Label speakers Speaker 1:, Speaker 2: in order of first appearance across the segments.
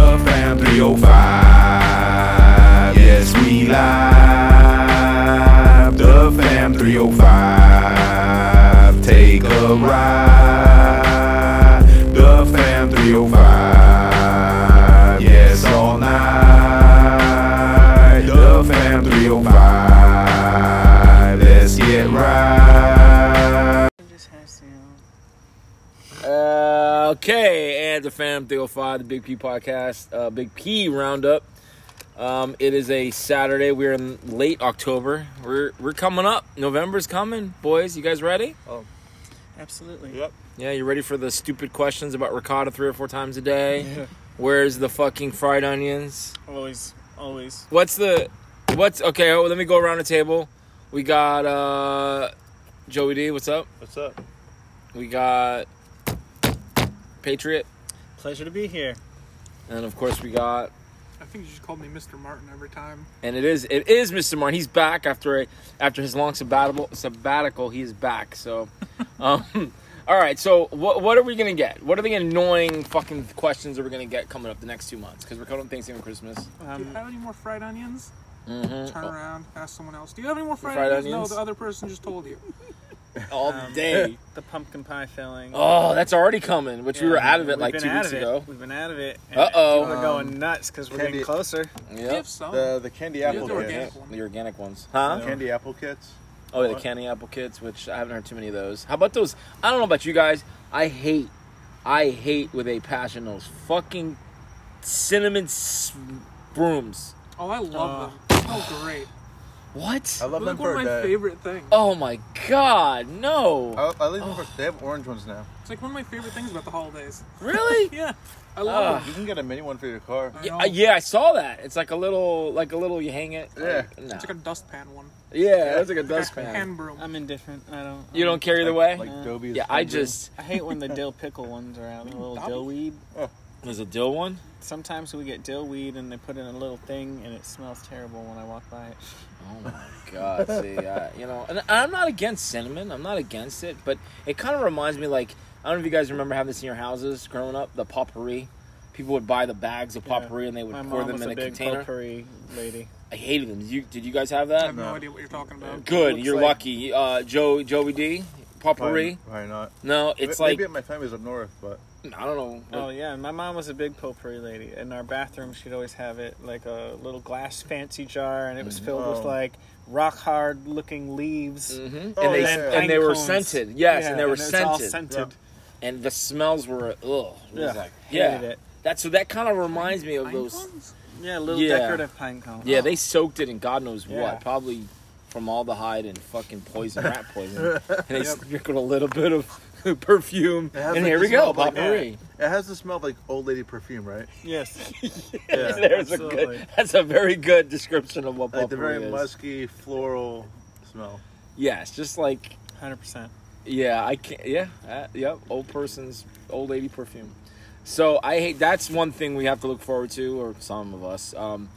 Speaker 1: Jam 305. Yes, we live. The Fam 305. Take a ride. The Fam 305. Yes, all night. The Fam 305. Let's get right.
Speaker 2: Uh, okay, and the Fam 305, the Big P podcast, uh, Big P Roundup. Um, it is a Saturday. We're in late October. We're we're coming up. November's coming, boys. You guys ready?
Speaker 3: Absolutely.
Speaker 2: Yeah, you ready for the stupid questions about ricotta three or four times a day? Where's the fucking fried onions?
Speaker 3: Always, always.
Speaker 2: What's the what's okay? Oh, let me go around the table. We got uh, Joey D. What's up?
Speaker 4: What's up?
Speaker 2: We got Patriot,
Speaker 3: Pleasure to be here.
Speaker 2: and of course we got
Speaker 5: I think you just called me Mr. Martin every time.
Speaker 2: And it is it is Mr. Martin. He's back after a after his long sabbatical. Sabbatical, he is back. So, um, all right. So what what are we gonna get? What are the annoying fucking questions that we're gonna get coming up the next two months? Because we're coming up Thanksgiving, Christmas.
Speaker 5: Do you
Speaker 3: Um,
Speaker 5: have any more fried onions?
Speaker 2: Mm-hmm.
Speaker 5: Turn around, ask someone else. Do you have any more fried,
Speaker 2: Fried
Speaker 5: onions?
Speaker 2: onions?
Speaker 5: No, the other person just told you.
Speaker 2: All
Speaker 3: um,
Speaker 2: day.
Speaker 3: The pumpkin pie filling.
Speaker 2: Oh, that's already coming. Which we
Speaker 3: Yeah,
Speaker 2: were out of it
Speaker 3: we've
Speaker 2: like
Speaker 3: been
Speaker 2: two
Speaker 3: out
Speaker 2: weeks
Speaker 3: of it.
Speaker 2: ago.
Speaker 3: We've been out of it. and
Speaker 2: Uh-oh. Um,
Speaker 3: People are going nuts because we're
Speaker 4: Candy-
Speaker 3: getting closer.
Speaker 5: Do you
Speaker 2: Yep.
Speaker 5: have some?
Speaker 4: The the candy
Speaker 2: Yeah,
Speaker 4: apple
Speaker 5: the
Speaker 2: they're
Speaker 4: kits.
Speaker 5: organic
Speaker 2: organic-
Speaker 5: one.
Speaker 2: The organic ones, huh?
Speaker 4: Candy apple kits.
Speaker 2: Oh, yeah, the candy apple kids, which I haven't heard too many of those. How about those? I don't know about you guys. I hate, I hate with a passion those fucking cinnamon s- brooms.
Speaker 5: Oh, I love them. They smell great.
Speaker 4: I
Speaker 2: What?
Speaker 5: They're
Speaker 4: love them
Speaker 5: like
Speaker 4: for
Speaker 5: one of my
Speaker 4: uh,
Speaker 5: favorite things.
Speaker 2: Oh my god, no!
Speaker 4: I, I leave them for, they have orange ones now.
Speaker 5: It's like one of my favorite things about the holidays.
Speaker 2: Really?
Speaker 5: Yeah, I love
Speaker 2: Ah.
Speaker 5: them.
Speaker 4: You can get a mini one for your car.
Speaker 5: I
Speaker 2: Yeah,
Speaker 5: know.
Speaker 2: I- yeah, I saw that. It's like a little, like a little. You hang it.
Speaker 4: Yeah.
Speaker 2: Like, no.
Speaker 5: It's like a dustpan one.
Speaker 2: Yeah, that's like a
Speaker 5: Like a
Speaker 2: dustpan.
Speaker 5: hand broom.
Speaker 3: I'm indifferent. I don't.
Speaker 2: You don't care either way.
Speaker 4: Like, like Dobie is
Speaker 2: yeah, I
Speaker 4: hungry.
Speaker 2: just.
Speaker 3: I hate when the dill pickle ones are out. The little
Speaker 5: Dobby.
Speaker 3: dill weed.
Speaker 2: There's a dill one.
Speaker 3: Sometimes we get dill weed and they put in a little thing and it smells terrible when I walk by it.
Speaker 2: Oh my god! See, I, you know, and I'm not against cinnamon. I'm not against it, but it kind of reminds me like I don't know if you guys remember having this in your houses growing up. The potpourri. People would buy the bags of
Speaker 3: Yeah.
Speaker 2: potpourri and they would
Speaker 3: My
Speaker 2: pour
Speaker 3: mom
Speaker 2: them
Speaker 3: was
Speaker 2: in
Speaker 3: a
Speaker 2: a
Speaker 3: big
Speaker 2: container.
Speaker 3: potpourri lady.
Speaker 2: I hated them. You did you guys have
Speaker 5: I
Speaker 2: that?
Speaker 5: have no,
Speaker 4: No.
Speaker 5: idea what you're talking about.
Speaker 2: Good.
Speaker 3: Looks
Speaker 2: You're
Speaker 3: like-
Speaker 2: lucky. Uh, Joe Joey D. Potpourri.
Speaker 4: Probably, probably not.
Speaker 2: No, it's
Speaker 4: M-
Speaker 2: like
Speaker 4: maybe at my family's up north, but
Speaker 2: I don't know.
Speaker 3: Oh yeah, my mom was a big potpourri lady. In our bathroom, she'd always have it like a little glass fancy jar, and it
Speaker 2: Mm-hmm.
Speaker 3: was filled with
Speaker 4: Oh.
Speaker 3: like rock hard looking leaves.
Speaker 2: Mhm.
Speaker 4: Oh,
Speaker 2: and they
Speaker 4: yeah.
Speaker 2: and they were
Speaker 3: pine cones.
Speaker 2: scented. Yes,
Speaker 3: Yeah,
Speaker 2: and they were
Speaker 3: it's all
Speaker 2: scented.
Speaker 3: scented.
Speaker 2: And the smells were ugh. It was
Speaker 3: Yeah.
Speaker 2: like
Speaker 3: Hated
Speaker 2: yeah.
Speaker 3: it.
Speaker 2: That so that kind of reminds me of
Speaker 5: Pine
Speaker 2: those.
Speaker 5: cones?
Speaker 3: Yeah, little
Speaker 2: Yeah.
Speaker 3: decorative pine cones.
Speaker 4: Oh.
Speaker 2: Yeah, they soaked it in God knows
Speaker 3: Yeah.
Speaker 2: what. Probably from aldehyde and fucking poison, rat poison. and they sprinkled a little bit of perfume.
Speaker 4: It has,
Speaker 2: And
Speaker 4: like,
Speaker 2: here
Speaker 4: the
Speaker 2: we
Speaker 4: smell
Speaker 2: go,
Speaker 4: of, like,
Speaker 2: potpourri.
Speaker 4: it has the smell of like old lady perfume, right?
Speaker 3: Yes.
Speaker 4: Yeah.
Speaker 2: There's a
Speaker 3: absolutely.
Speaker 2: good, that's a very good description of what
Speaker 4: Like the
Speaker 2: potpourri
Speaker 4: very
Speaker 2: is.
Speaker 4: musky floral smell.
Speaker 2: Yes, just like,
Speaker 3: Hundred percent.
Speaker 2: yeah, I can't, yeah, uh, yep, old person's, old lady perfume. So I hate, that's one thing we have to look forward to, or some of us. Um,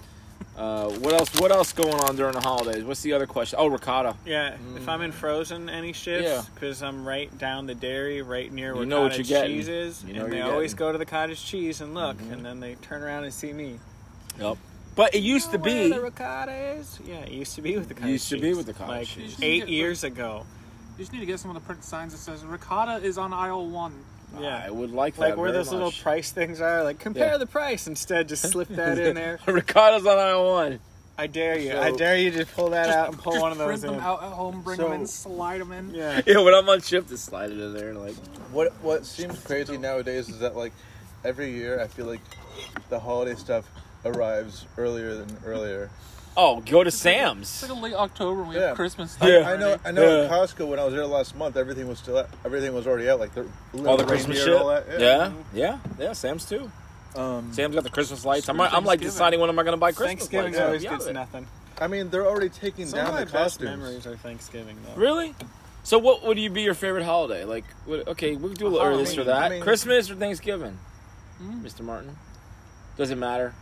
Speaker 2: uh, what else? What else going on during the holidays? What's the other question? Oh, ricotta.
Speaker 3: Yeah. If I'm in frozen any shifts,
Speaker 2: Mm. Yeah.
Speaker 3: because I'm right down the dairy, right near
Speaker 2: You
Speaker 3: where
Speaker 2: know what
Speaker 3: cottage
Speaker 2: you're getting.
Speaker 3: cheese is,
Speaker 2: You know what
Speaker 3: and they
Speaker 2: you're
Speaker 3: always
Speaker 2: getting. Mm-hmm.
Speaker 3: go to the cottage cheese and look, and then they turn around and see me.
Speaker 2: Yep. But it used to
Speaker 3: know where
Speaker 2: be.
Speaker 3: the ricotta is. Yeah, it used to be with the cottage
Speaker 2: Used to be
Speaker 3: cheese.
Speaker 2: with the cottage
Speaker 3: like
Speaker 2: cheese.
Speaker 3: eight years ago.
Speaker 5: You just need to get someone to print signs that says ricotta is on aisle one.
Speaker 3: Yeah.
Speaker 2: I would like that.
Speaker 3: like where
Speaker 2: very
Speaker 3: those little
Speaker 2: much.
Speaker 3: price things are. Like compare
Speaker 2: Yeah.
Speaker 3: the price instead. Just slip that in there.
Speaker 2: Ricotta's on aisle one.
Speaker 3: I dare you.
Speaker 4: So-
Speaker 3: I dare you to pull that out and pull
Speaker 5: Just
Speaker 3: one of
Speaker 5: print
Speaker 3: those in.
Speaker 5: them out at home, bring them in,
Speaker 4: So-
Speaker 5: slide them in.
Speaker 3: Yeah.
Speaker 2: Yeah, when I'm on shift, just slide it in there. Like,
Speaker 4: What what seems crazy nowadays is that like every year I feel like the holiday stuff arrives earlier than earlier.
Speaker 2: oh, go to
Speaker 5: It's
Speaker 2: Sam's.
Speaker 5: like a late October when we
Speaker 4: Yeah.
Speaker 5: have Christmas.
Speaker 2: Yeah.
Speaker 4: I know I know at Costco when I was there last month everything was still out, everything was already out like the
Speaker 2: All the
Speaker 4: little
Speaker 2: Christmas
Speaker 4: reindeer
Speaker 2: shit.
Speaker 4: and all that, Mm-hmm.
Speaker 2: yeah. yeah, yeah, Sam's too.
Speaker 4: Um,
Speaker 2: Sam's got the Christmas lights. I'm, I'm like
Speaker 5: Thanksgiving.
Speaker 2: deciding when am I going to buy Christmas
Speaker 3: Thanksgiving
Speaker 2: lights.
Speaker 3: always
Speaker 2: Yeah,
Speaker 3: gets
Speaker 2: but-
Speaker 3: nothing.
Speaker 4: I mean they're already taking
Speaker 3: Some of
Speaker 4: down
Speaker 3: my
Speaker 4: the
Speaker 3: best
Speaker 4: costumes.
Speaker 3: memories are Thanksgiving though.
Speaker 2: Really? So, what would you be your favorite holiday? Like, what, okay, we can do a little earliest for
Speaker 4: Halloween,
Speaker 2: that.
Speaker 4: I mean-
Speaker 2: Christmas or Thanksgiving,
Speaker 5: Mm.
Speaker 2: Mr. Martin? Doesn't matter.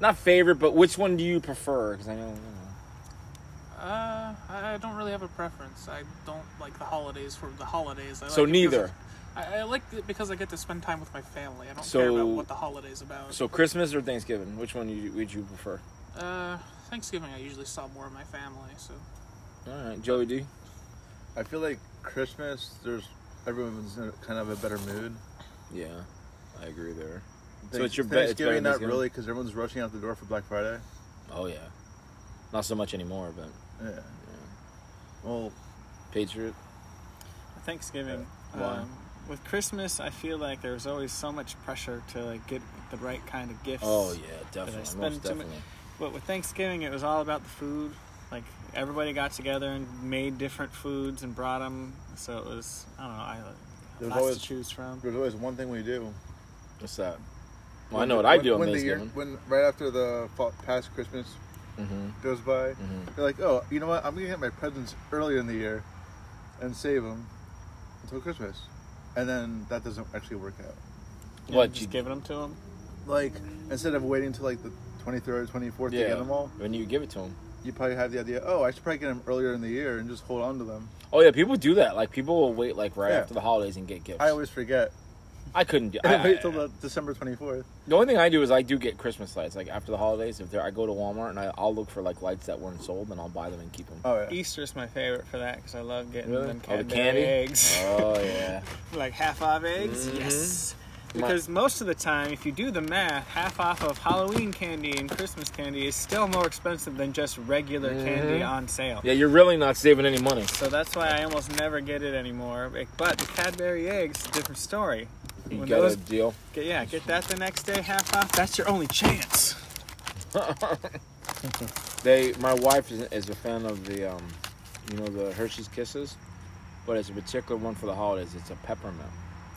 Speaker 2: Not favorite, but which one do you prefer? Because I know. You know.
Speaker 5: Uh, I I don't really have a preference. I don't like the holidays for the holidays.
Speaker 2: So
Speaker 5: I like it 'cause
Speaker 2: neither.
Speaker 5: it's- I, I like it because I get to spend time with my family. I don't
Speaker 2: So-
Speaker 5: care about what the holiday's about.
Speaker 2: So Christmas or Thanksgiving? Which one you- would you prefer?
Speaker 5: uh, Thanksgiving, I usually saw more of my family. So
Speaker 2: All right, Joey D.
Speaker 4: I feel like Christmas, there's everyone's in a- kind of a better mood.
Speaker 2: Yeah, I agree there. So
Speaker 4: Thanks-
Speaker 2: it's your be- it's better
Speaker 4: Thanksgiving,
Speaker 2: than
Speaker 4: not
Speaker 2: Thanksgiving?
Speaker 4: really, because everyone's rushing out the door for Black Friday.
Speaker 2: Oh yeah, not so much anymore, but
Speaker 4: Yeah. Well,
Speaker 2: Patriot.
Speaker 3: Thanksgiving.
Speaker 4: Why?
Speaker 3: Um, with Christmas, I feel like there's always so much pressure to like get the right kind of gifts.
Speaker 2: Oh yeah, definitely,
Speaker 3: spend
Speaker 2: most
Speaker 3: too mu-
Speaker 2: definitely.
Speaker 3: But with Thanksgiving, it was all about the food. Like everybody got together and made different foods and brought them. So it was I don't know. I
Speaker 4: There's
Speaker 3: lots
Speaker 4: always-
Speaker 3: to choose from.
Speaker 4: there's always one thing we do.
Speaker 2: What's that? Well, I know what I do on
Speaker 4: the year,
Speaker 2: Thanksgiving.
Speaker 4: when right after the fa- past Christmas
Speaker 2: Mm-hmm.
Speaker 4: goes by,
Speaker 2: Mhm.
Speaker 4: you're like, oh, you know what? I'm gonna get my presents earlier in the year, and save them until Christmas, and then that doesn't actually work out.
Speaker 3: You know,
Speaker 2: What
Speaker 3: Just
Speaker 2: you-
Speaker 3: giving them to them.
Speaker 4: Like instead of waiting until like the 23rd, 24th to
Speaker 2: Yeah.
Speaker 4: get them all,
Speaker 2: When you give it to them.
Speaker 4: you probably have the idea, oh, I should probably get them earlier in the year and just hold on to them.
Speaker 2: Oh yeah, people do that. Like people will wait like right
Speaker 4: Yeah.
Speaker 2: after the holidays and get gifts.
Speaker 4: I always forget.
Speaker 2: I couldn't do.
Speaker 4: I
Speaker 2: I,
Speaker 4: wait till the December 24th.
Speaker 2: the only thing I do is I do get Christmas lights. Like after the holidays, if there I go to Walmart and I, I'll look for like lights that weren't sold and I'll buy them and keep them.
Speaker 4: Oh yeah.
Speaker 3: Easter's my favorite for that because I love getting
Speaker 2: Really?
Speaker 3: them
Speaker 2: Oh, the
Speaker 3: Cadbury
Speaker 2: candy?
Speaker 3: eggs.
Speaker 2: Oh yeah.
Speaker 3: like half off eggs.
Speaker 2: Mhm.
Speaker 3: Yes.
Speaker 2: My-
Speaker 3: Because most of the time, if you do the math, half off of Halloween candy and Christmas candy is still more expensive than just regular candy on sale.
Speaker 2: Mm-hmm. Yeah, you're really not saving any money.
Speaker 3: So that's why I almost never get it anymore. But the Cadbury eggs, different story.
Speaker 2: You
Speaker 3: When
Speaker 2: got
Speaker 3: those-
Speaker 2: a deal.
Speaker 3: Get, yeah, get that the next day, half off. That's your only chance.
Speaker 2: They, my wife is, is a fan of the, um, you know, the Hershey's Kisses, but it's a particular one for the holidays. It's a peppermint,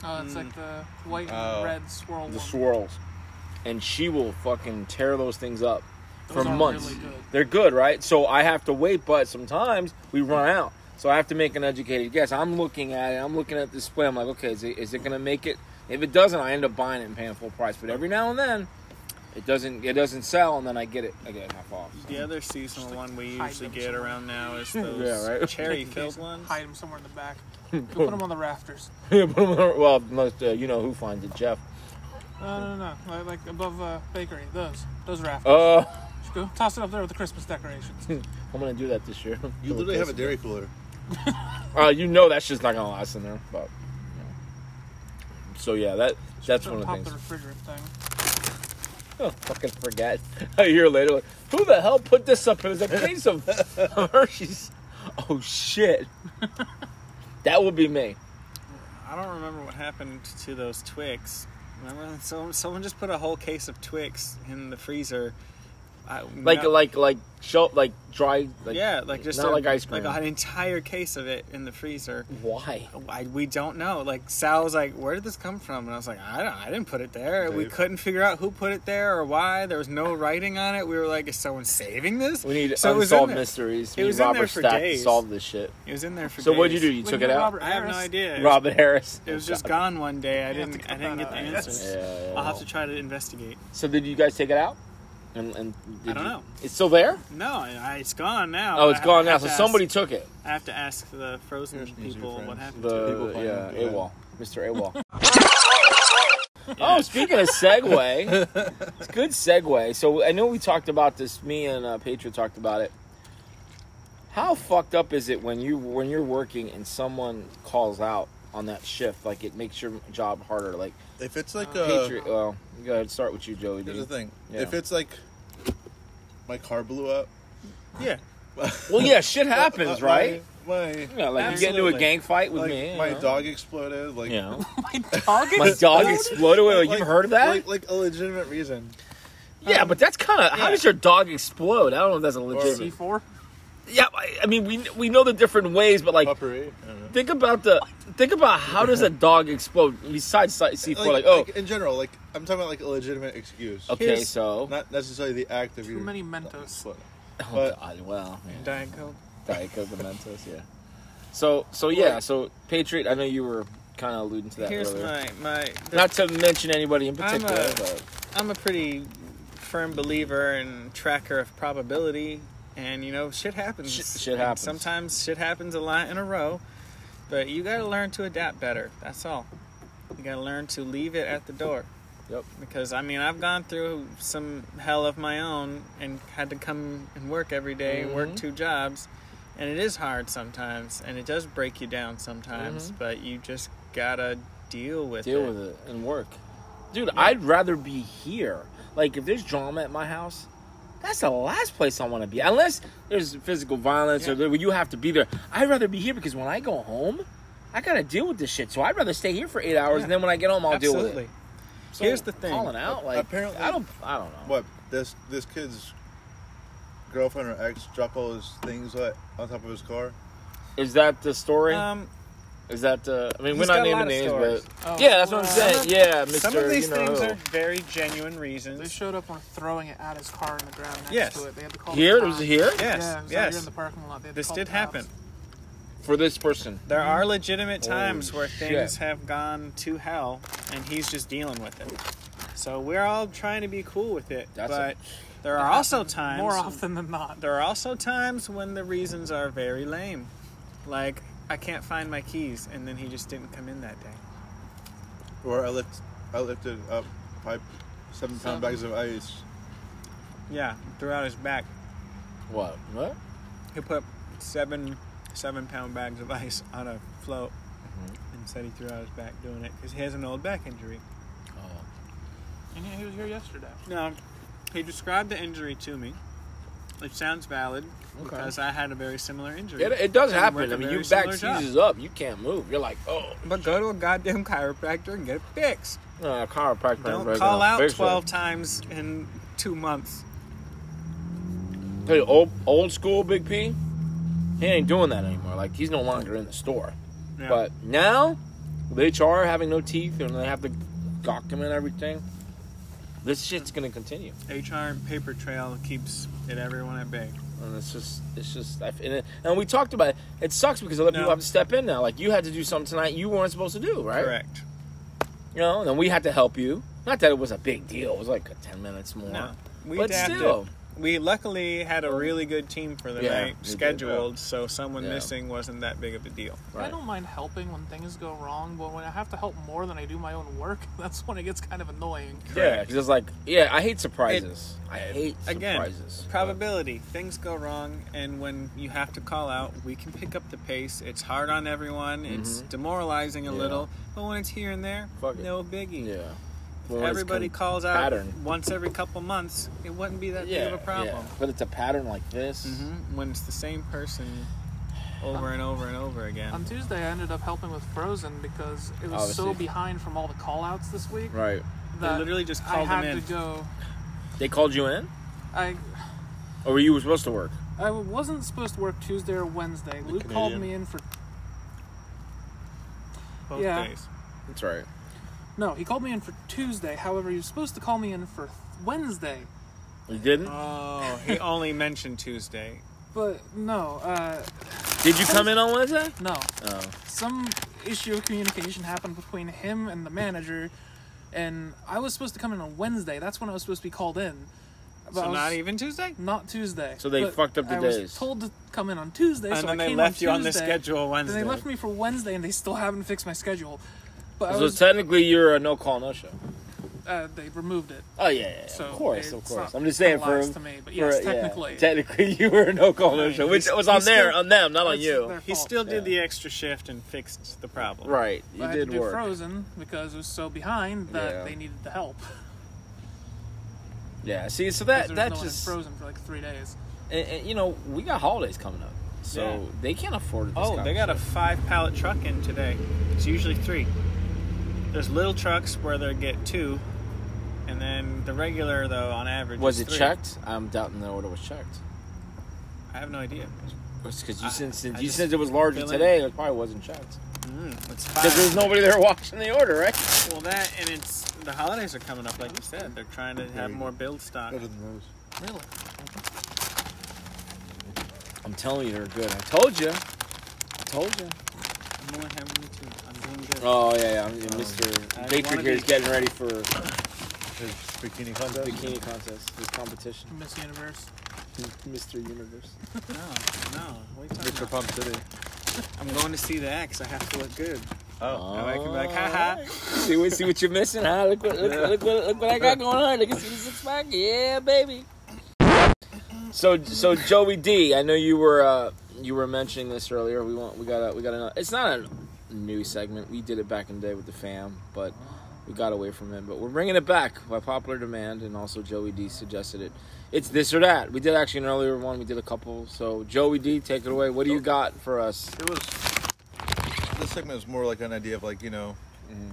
Speaker 5: uh, it's like the white
Speaker 4: Oh.
Speaker 5: and red swirl.
Speaker 2: Hmm. the
Speaker 5: one.
Speaker 2: swirls, and she will fucking tear those things up
Speaker 5: Those
Speaker 2: for
Speaker 5: are
Speaker 2: months.
Speaker 5: really good.
Speaker 2: They're good, right? So I have to wait, but sometimes we run out. So I have to make an educated guess. I'm looking at it. I'm looking at the display. I'm like, okay, is it, is it gonna make it? If it doesn't, I end up buying it and paying full price. But every now and then, it doesn't. It doesn't sell, and then I get it. I get it half off. so.
Speaker 3: The other seasonal one we
Speaker 5: hide
Speaker 3: usually
Speaker 5: them
Speaker 3: get
Speaker 5: somewhere.
Speaker 3: around now is
Speaker 2: Yeah,
Speaker 3: those
Speaker 2: right.
Speaker 5: Take
Speaker 3: cherry
Speaker 5: in
Speaker 3: filled
Speaker 5: case,
Speaker 3: ones.
Speaker 5: Hide them somewhere in the back. Go put them on the rafters.
Speaker 2: Yeah, put 'em on- well, most, uh, you know who finds it, Jeff.
Speaker 5: No, no, no, no. Like, like above uh, bakery. Those, those rafters.
Speaker 2: Uh,
Speaker 5: Just go toss it up there with the Christmas decorations.
Speaker 2: I'm gonna do that this year.
Speaker 4: You literally have a dairy cooler.
Speaker 2: Uh, you know that shit's not gonna last in there, but. You know. So yeah, that that's
Speaker 5: Put
Speaker 2: one of
Speaker 5: it
Speaker 2: the things.
Speaker 5: on top of the refrigerant thing.
Speaker 2: Oh, fucking forget a year later. Like, Who the hell put this up? It was a case of of Hershey's. Oh shit. that would be me.
Speaker 3: I don't remember what happened to those Twix. Remember, so, someone just put a whole case of Twix in the freezer. I,
Speaker 2: Like
Speaker 3: no-
Speaker 2: like like shell like dry like
Speaker 3: yeah, like just
Speaker 2: not
Speaker 3: a-
Speaker 2: like ice cream.
Speaker 3: like an entire case of it in the freezer.
Speaker 2: why?
Speaker 3: I, we don't know. Like Sal was like, "Where did this come from?" And I was like, "I don't. I didn't put it there. We
Speaker 4: Dave.
Speaker 3: couldn't figure out who put it there or why. There was no writing on it. We were like, is someone saving this?
Speaker 2: We need
Speaker 3: So it was in
Speaker 2: unsolved
Speaker 3: there-
Speaker 2: mysteries. We
Speaker 3: it
Speaker 2: need
Speaker 3: was in there
Speaker 2: Robert
Speaker 3: for
Speaker 2: Stack to
Speaker 3: days.
Speaker 2: solve this shit.
Speaker 3: It was in there for.
Speaker 2: So what'd you
Speaker 3: days.
Speaker 2: do? You
Speaker 5: When
Speaker 2: took
Speaker 5: you
Speaker 2: it
Speaker 5: were
Speaker 2: out?
Speaker 5: Robert
Speaker 3: I have no
Speaker 5: Harris.
Speaker 3: idea. It was-
Speaker 2: Robert Harris.
Speaker 3: It was just gone one day. I
Speaker 5: You have to
Speaker 3: didn't.
Speaker 5: cut
Speaker 3: I didn't
Speaker 5: that
Speaker 3: get the
Speaker 5: out, I
Speaker 3: answers.
Speaker 2: Yeah, yeah,
Speaker 3: I'll have
Speaker 2: yeah.
Speaker 3: to try to investigate.
Speaker 2: So did you guys take it out? And, and did
Speaker 3: I don't
Speaker 2: you-
Speaker 3: know.
Speaker 2: It's still there?
Speaker 3: No, I, I- it's gone now.
Speaker 2: Oh, it's
Speaker 3: I-
Speaker 2: gone
Speaker 3: I
Speaker 2: now.
Speaker 3: have
Speaker 2: So
Speaker 3: to ask-
Speaker 2: somebody took it.
Speaker 3: I have to ask the frozen
Speaker 4: Here's music
Speaker 3: people what
Speaker 4: friends.
Speaker 3: happened. to it.
Speaker 2: The
Speaker 4: People find
Speaker 2: yeah,
Speaker 4: it, yeah.
Speaker 2: AWOL, Mr. AWOL. Oh, speaking of segue, it's a good segue. So I know we talked about this. Me and uh, Patriot talked about it. How fucked up is it when you when you're working and someone calls out on that shift? Like it makes your job harder. Like
Speaker 4: If it's like uh,
Speaker 2: Patriot. Well, go ahead. Start with you, Joey. D.
Speaker 4: Here's the thing.
Speaker 2: Yeah.
Speaker 4: If it's like my car blew up,
Speaker 3: Yeah.
Speaker 2: Well, yeah, shit happens,
Speaker 4: my-
Speaker 2: right?
Speaker 4: My
Speaker 2: Yeah, like you get into a
Speaker 3: Absolutely.
Speaker 2: gang fight with
Speaker 4: like,
Speaker 2: me. you
Speaker 4: my
Speaker 2: know?
Speaker 4: dog exploded. Like
Speaker 2: You know,
Speaker 5: My dog
Speaker 2: my
Speaker 5: is
Speaker 2: dog exploded. Wait, wait,
Speaker 4: like-
Speaker 2: you've heard of that?
Speaker 4: Like, like a legitimate reason.
Speaker 2: yeah, but that's kind of how
Speaker 3: yeah.
Speaker 2: does your dog explode? I don't know if that's a
Speaker 5: C
Speaker 2: legitimate.
Speaker 5: four.
Speaker 2: Yeah, I, I mean we we know the different ways, but like
Speaker 4: Puppery. I don't know.
Speaker 2: think about the think about how does a dog explode besides C four? Like, oh,
Speaker 4: in general, like I'm talking about like a legitimate excuse.
Speaker 2: okay,
Speaker 3: here's-
Speaker 2: so
Speaker 4: Not necessarily the act of
Speaker 5: Too
Speaker 4: your-
Speaker 5: many Mentos.
Speaker 4: But-
Speaker 2: oh
Speaker 4: but-
Speaker 2: God, well, yeah.
Speaker 3: Diet Coke.
Speaker 2: Diet Coke and Mentos, yeah. So so yeah, so Patriot, I know you were kind of alluding to that
Speaker 3: Here's
Speaker 2: earlier.
Speaker 3: my my.
Speaker 2: Not to mention anybody in particular,
Speaker 3: a-
Speaker 2: but
Speaker 3: I'm a pretty firm believer and tracker of probability, and you know, shit happens.
Speaker 2: Shit- shit
Speaker 3: And
Speaker 2: happens.
Speaker 3: Sometimes shit happens a lot in a row, but you got to learn to adapt better. That's all. You gotta learn to leave it at the door.
Speaker 2: Yep.
Speaker 3: Because I mean, I've gone through some hell of my own and had to come and work every day, work
Speaker 2: Mhm.
Speaker 3: two jobs, and it is hard sometimes, and it does break you down sometimes. But you just gotta deal with
Speaker 2: Mm-hmm. deal
Speaker 3: it.
Speaker 2: with it and work. Dude, I'd rather be here. Like if there's drama at my house, that's the last place I want to be. Unless there's physical violence or
Speaker 3: Yeah.
Speaker 2: there- you have to be there. I'd rather be here because when I go home, I gotta deal with this shit. So I'd rather stay here for eight hours,
Speaker 3: Yeah.
Speaker 2: and then when I get home, I'll deal with
Speaker 3: Absolutely.
Speaker 2: it. So
Speaker 3: Here's the thing.
Speaker 2: calling out like
Speaker 4: Apparently-
Speaker 2: I don't, I don't know.
Speaker 4: What this this kid's girlfriend or ex dropped all his things like, on top of his car?
Speaker 2: is that the story?
Speaker 3: Um,
Speaker 2: is that uh, I mean, we're
Speaker 3: he's
Speaker 2: not
Speaker 3: got a lot
Speaker 2: naming
Speaker 3: of
Speaker 2: names,
Speaker 3: stories.
Speaker 2: but
Speaker 5: Oh,
Speaker 2: yeah, that's what I'm
Speaker 5: well,
Speaker 2: saying.
Speaker 3: some of-
Speaker 2: Yeah, Mr.
Speaker 3: some of these
Speaker 2: you know
Speaker 3: things
Speaker 2: who.
Speaker 3: are very genuine
Speaker 5: They
Speaker 3: reasons.
Speaker 5: showed up and were throwing it at his car in the ground next
Speaker 3: Yes.
Speaker 5: to it. They had to call
Speaker 2: here.
Speaker 5: The
Speaker 2: It was
Speaker 5: cops.
Speaker 2: here
Speaker 3: Yes,
Speaker 5: Yeah, it was out
Speaker 3: yes.
Speaker 5: here in the parking lot. They had to
Speaker 3: This
Speaker 5: call
Speaker 3: did
Speaker 5: the cops.
Speaker 3: happen.
Speaker 2: for this person.
Speaker 3: There are legitimate times
Speaker 2: Holy
Speaker 3: where
Speaker 2: shit.
Speaker 3: things have gone to hell, and he's just dealing with it. So we're all trying to be cool with it,
Speaker 2: That's
Speaker 3: but
Speaker 2: a-
Speaker 3: there are also times
Speaker 5: More often than not.
Speaker 3: There are also times when the reasons are very lame, like I can't find my keys, and then he just didn't come in that day.
Speaker 4: Or I lift I lifted up five seven pound bags of ice.
Speaker 3: Yeah, threw out his back.
Speaker 2: What? What?
Speaker 3: He put seven seven pound bags of ice on a float, and said he threw out his back doing it because he has an old back injury.
Speaker 2: Oh.
Speaker 5: And he was here yesterday.
Speaker 3: No, he described the injury to me. It sounds valid because I had a very similar injury.
Speaker 2: It, it does
Speaker 3: And
Speaker 2: happen.
Speaker 3: worked
Speaker 2: I
Speaker 3: a
Speaker 2: mean,
Speaker 3: very
Speaker 2: your back
Speaker 3: similar job.
Speaker 2: seizes up. You can't move. You're like, oh,
Speaker 3: But go to a goddamn chiropractor and get it fixed.
Speaker 2: uh, chiropractor.
Speaker 3: Don't
Speaker 2: ain't
Speaker 3: call
Speaker 2: gonna
Speaker 3: out
Speaker 2: fix it.
Speaker 3: 12 times in two months.
Speaker 2: Hey, old old school Big P, he ain't doing that anymore. Like he's no longer in the store.
Speaker 3: Yeah.
Speaker 2: But now, with HR having no teeth and they have to document everything, this shit's gonna continue.
Speaker 3: HR and paper trail keeps it everyone at bay.
Speaker 2: And it's just, it's just, I, and, it, and we talked about it. It sucks because other people
Speaker 3: No.
Speaker 2: have to step in now. Like you had to do something tonight you weren't supposed to do, right?
Speaker 3: Correct.
Speaker 2: You know, and then we had to help you. Not that it was a big deal. It was like ten minutes more.
Speaker 3: No. We
Speaker 2: but
Speaker 3: adapted.
Speaker 2: still,
Speaker 3: We luckily had a really good team for the
Speaker 2: Yeah,
Speaker 3: night
Speaker 2: we did.
Speaker 3: scheduled, so someone
Speaker 2: Yeah.
Speaker 3: missing wasn't that big of a deal.
Speaker 5: I
Speaker 2: Right.
Speaker 5: don't mind helping when things go wrong, but when I have to help more than I do my own work, that's when it gets kind of annoying.
Speaker 2: Yeah, because it's like, yeah, I hate surprises. I hate
Speaker 3: Again,
Speaker 2: surprises.
Speaker 3: probability. Things go wrong, and when you have to call out, we can pick up the pace. It's hard on everyone. It's demoralizing a
Speaker 2: Mm-hmm. Yeah.
Speaker 3: little, but when it's here and there,
Speaker 2: Fuck it.
Speaker 3: no biggie.
Speaker 2: Yeah.
Speaker 3: Everybody calls out
Speaker 2: pattern.
Speaker 3: once every couple months. It wouldn't be that big of a problem.
Speaker 2: But it's a pattern like this.
Speaker 5: Mm-hmm.
Speaker 3: hmm When it's the same person over and over and over again.
Speaker 5: On Tuesday, I ended up helping with Frozen because it was so
Speaker 2: Obviously.
Speaker 5: behind from all the call-outs this week
Speaker 2: Right.
Speaker 5: that
Speaker 3: They literally just
Speaker 5: I
Speaker 3: called them
Speaker 5: had
Speaker 3: in.
Speaker 5: to go.
Speaker 2: They called you in?
Speaker 5: I
Speaker 2: Or were you supposed to work?
Speaker 5: I wasn't supposed to work Tuesday or Wednesday. Luke called
Speaker 4: Canadian.
Speaker 5: me in for
Speaker 3: Both
Speaker 5: yeah.
Speaker 3: days.
Speaker 2: That's right.
Speaker 5: no. He called me in for Tuesday. However, he was supposed to call me in for Wednesday,
Speaker 2: You didn't?
Speaker 5: Uh,
Speaker 3: Oh, he only mentioned Tuesday.
Speaker 5: but no, uh,
Speaker 2: Did you come in on Wednesday?
Speaker 5: no.
Speaker 2: Oh.
Speaker 5: some issue of communication happened between him and the manager, and I was supposed to come in on Wednesday. That's when I was supposed to be called in. But I
Speaker 3: So
Speaker 5: was-
Speaker 3: not even Tuesday.
Speaker 5: not Tuesday.
Speaker 2: So they
Speaker 5: But
Speaker 2: fucked up the
Speaker 5: I
Speaker 2: days.
Speaker 5: was told to come in on Tuesday,
Speaker 3: And
Speaker 5: so
Speaker 3: then
Speaker 5: I
Speaker 3: they
Speaker 5: came
Speaker 3: left
Speaker 5: on
Speaker 3: you on the
Speaker 5: Tuesday.
Speaker 3: schedule
Speaker 5: Then
Speaker 3: Wednesday.
Speaker 5: they left me for Wednesday, and they still haven't fixed my schedule. But I
Speaker 2: So
Speaker 5: was,
Speaker 2: technically, you're a no call, no show.
Speaker 5: uh, they removed it.
Speaker 2: Oh, yeah, yeah, yeah.
Speaker 5: So
Speaker 2: of course,
Speaker 5: it's
Speaker 2: of course.
Speaker 5: not
Speaker 2: I'm just saying for.
Speaker 5: penalized to me, but yes,
Speaker 2: for- yeah,
Speaker 5: technically.
Speaker 2: technically, you were a no call, no show, which
Speaker 3: He's-
Speaker 2: was on
Speaker 3: he's
Speaker 2: there,
Speaker 3: still-
Speaker 2: on them, not on
Speaker 5: That's
Speaker 2: you.
Speaker 5: their
Speaker 3: He
Speaker 5: fault.
Speaker 3: still did
Speaker 2: Yeah.
Speaker 3: the extra shift and fixed the problem.
Speaker 2: Right. You
Speaker 5: I had
Speaker 2: did
Speaker 5: to do
Speaker 2: work.
Speaker 5: Frozen because it was so behind that
Speaker 2: Yeah.
Speaker 5: they needed the help. 'Cause
Speaker 2: Yeah, see, so that,
Speaker 5: there was
Speaker 2: that
Speaker 5: no one in
Speaker 2: just.
Speaker 5: Frozen for like three days.
Speaker 2: and, and, you know, we got holidays coming up, so
Speaker 3: Yeah.
Speaker 2: they can't afford. This
Speaker 3: Oh, they got a five pallet truck in today. It's usually three. There's little trucks where they get two, and then the regular though on average
Speaker 2: Was
Speaker 3: is
Speaker 2: it
Speaker 3: three.
Speaker 2: checked? I'm doubting the order was checked.
Speaker 3: I have no idea.
Speaker 2: Because
Speaker 3: I-
Speaker 2: you since
Speaker 3: I
Speaker 2: you
Speaker 3: just
Speaker 2: since it was larger
Speaker 3: fill in.
Speaker 2: today, it probably wasn't checked.
Speaker 3: Mm, it's
Speaker 2: Because there's
Speaker 3: five.
Speaker 2: nobody there watching the order, right?
Speaker 3: Well, that and it's the holidays are coming up, like you said. They're trying to have more build stock.
Speaker 4: Better than those.
Speaker 5: Really?
Speaker 2: I'm telling you, they're good. I told you. I told you.
Speaker 3: I'm only having two. I'm doing good.
Speaker 2: Oh yeah, yeah. I'm, yeah,
Speaker 3: I
Speaker 2: Mr.
Speaker 3: don't
Speaker 2: Baker
Speaker 3: wanna
Speaker 2: here is
Speaker 3: be-
Speaker 2: getting ready for
Speaker 4: His bikini contest.
Speaker 2: bikini contest, his competition,
Speaker 5: Miss Universe.
Speaker 2: Mr. Universe.
Speaker 3: No, no. What are you talking
Speaker 4: Mr.
Speaker 3: about?
Speaker 4: Pump City.
Speaker 3: I'm going to see the X. I have to look good.
Speaker 4: Oh.
Speaker 3: That way I can be like, haha.
Speaker 2: see what see what you're missing, huh? Look what look, look, what look what I got going on. Look at see the six pack, yeah, baby. So so Joey D, I know you were uh, you were mentioning this earlier. We want we got a, we got another. It's not a new segment. We did it back in the day with the fam, but we got away from it. But we're bringing it back by popular demand, and also Joey D suggested it. It's this or that. We did actually an earlier one. We did a couple. So Joey D, take it away. What do you got for us?
Speaker 4: It was. This segment is more like an idea of like you know,
Speaker 2: Mm-hmm.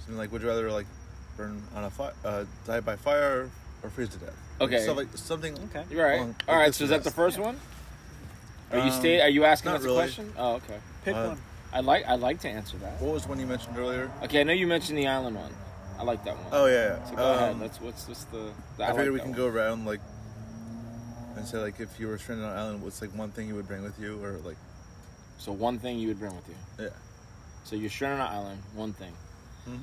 Speaker 4: something like would you rather like burn on a fire, uh, die by fire, or freeze to death? Like,
Speaker 2: Okay.
Speaker 4: stuff like something.
Speaker 3: Okay.
Speaker 2: All right,
Speaker 4: along-
Speaker 2: all
Speaker 4: like
Speaker 2: right.
Speaker 4: this
Speaker 2: So
Speaker 4: or
Speaker 2: is that the first one? Are you
Speaker 4: Um,
Speaker 2: sta- Are you asking
Speaker 4: not
Speaker 2: us a
Speaker 4: really.
Speaker 2: question? Oh, okay.
Speaker 3: Pick
Speaker 4: Uh,
Speaker 3: one.
Speaker 2: I like I like to answer that.
Speaker 4: What was one you mentioned earlier?
Speaker 2: Okay, I know you mentioned the island one. I like that one.
Speaker 4: Oh yeah. yeah.
Speaker 2: So go ahead.
Speaker 4: Um,
Speaker 2: That's what's what's the.
Speaker 4: I,
Speaker 2: like
Speaker 4: figured we
Speaker 2: that
Speaker 4: can
Speaker 2: one.
Speaker 4: go around like and say like if you were stranded on an island, what's like one thing you would bring with you, or like
Speaker 2: So one thing you would bring with you.
Speaker 4: yeah.
Speaker 2: So you're stranded on an island. One thing.
Speaker 4: Mhm.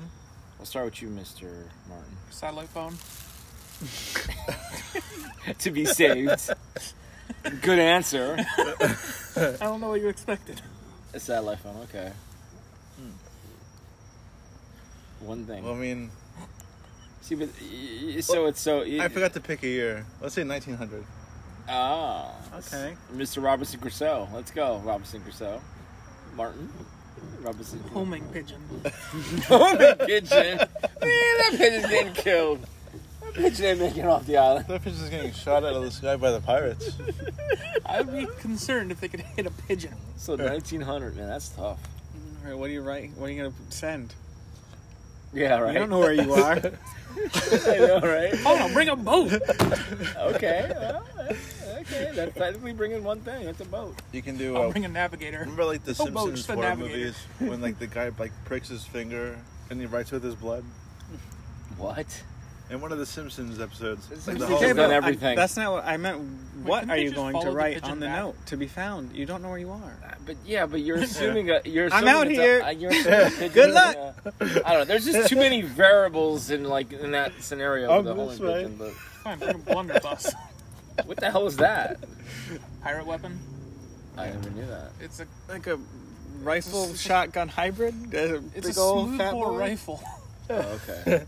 Speaker 2: I'll start with you, Mr. Martin.
Speaker 5: Satellite phone.
Speaker 2: to be saved. Good answer.
Speaker 5: I don't know what you expected.
Speaker 2: A satellite phone. Okay. One thing.
Speaker 4: Hmm. Well, I mean,
Speaker 2: See, but y- y- so it's so.
Speaker 4: I forgot to pick a year. Let's say 1900.
Speaker 2: Ah.
Speaker 3: Okay.
Speaker 2: Mr. Robinson Crusoe. Let's go, Robinson Crusoe. Martin. Robinson.
Speaker 5: Homing pigeon.
Speaker 2: Homing pigeon. Man, that pigeon's getting killed. That pigeon ain't making it off the island.
Speaker 4: That fish is getting shot out of the sky by the pirates.
Speaker 5: I'd be concerned if they could hit a pigeon.
Speaker 2: So 1900, man, that's tough.
Speaker 3: All right, what do you write? What are you gonna send?
Speaker 2: Yeah, right.
Speaker 3: You don't know where you are.
Speaker 2: I know, right?
Speaker 5: Oh no, bring a boat.
Speaker 2: Okay. Well, that's- okay. That's technically bringing one thing. That's a boat.
Speaker 4: You can do.
Speaker 5: I'll
Speaker 4: Uh,
Speaker 5: bring a navigator.
Speaker 4: remember like the
Speaker 5: Oh, boat,
Speaker 4: Simpsons
Speaker 5: just a
Speaker 4: horror
Speaker 5: navigator.
Speaker 4: movies when like the guy like pricks his finger and he writes with his blood.
Speaker 2: What?
Speaker 4: In one of the Simpsons episodes,
Speaker 2: It's
Speaker 4: like the
Speaker 2: Simpsons
Speaker 4: whole
Speaker 2: have done
Speaker 3: I-
Speaker 2: everything.
Speaker 3: that's not what I meant. What
Speaker 5: couldn't
Speaker 3: are
Speaker 5: they
Speaker 3: you
Speaker 5: just
Speaker 3: going to
Speaker 5: follow the
Speaker 3: write
Speaker 5: pigeon
Speaker 3: on the
Speaker 5: map?
Speaker 3: note to be found? You don't know where you are.
Speaker 2: Uh, But yeah, but you're assuming a, you're.
Speaker 3: I'm
Speaker 2: Assuming
Speaker 3: out
Speaker 2: it's a-
Speaker 3: here.
Speaker 2: uh, you're assuming a
Speaker 3: Good
Speaker 2: pigeon,
Speaker 3: luck.
Speaker 2: uh, I don't know. There's just too many variables in like in that scenario.
Speaker 4: I'm
Speaker 2: with the
Speaker 4: this
Speaker 2: homing
Speaker 4: way.
Speaker 2: pigeon, but-
Speaker 5: Fine, bring a blunderbuss.
Speaker 2: What the hell is that?
Speaker 5: Pirate weapon.
Speaker 2: I never knew that.
Speaker 5: It's a
Speaker 3: Like a rifle shotgun hybrid. A
Speaker 5: it's
Speaker 3: big
Speaker 5: a
Speaker 3: old
Speaker 5: smooth
Speaker 3: fat
Speaker 5: bore
Speaker 3: boy.
Speaker 5: rifle.
Speaker 2: Oh, okay.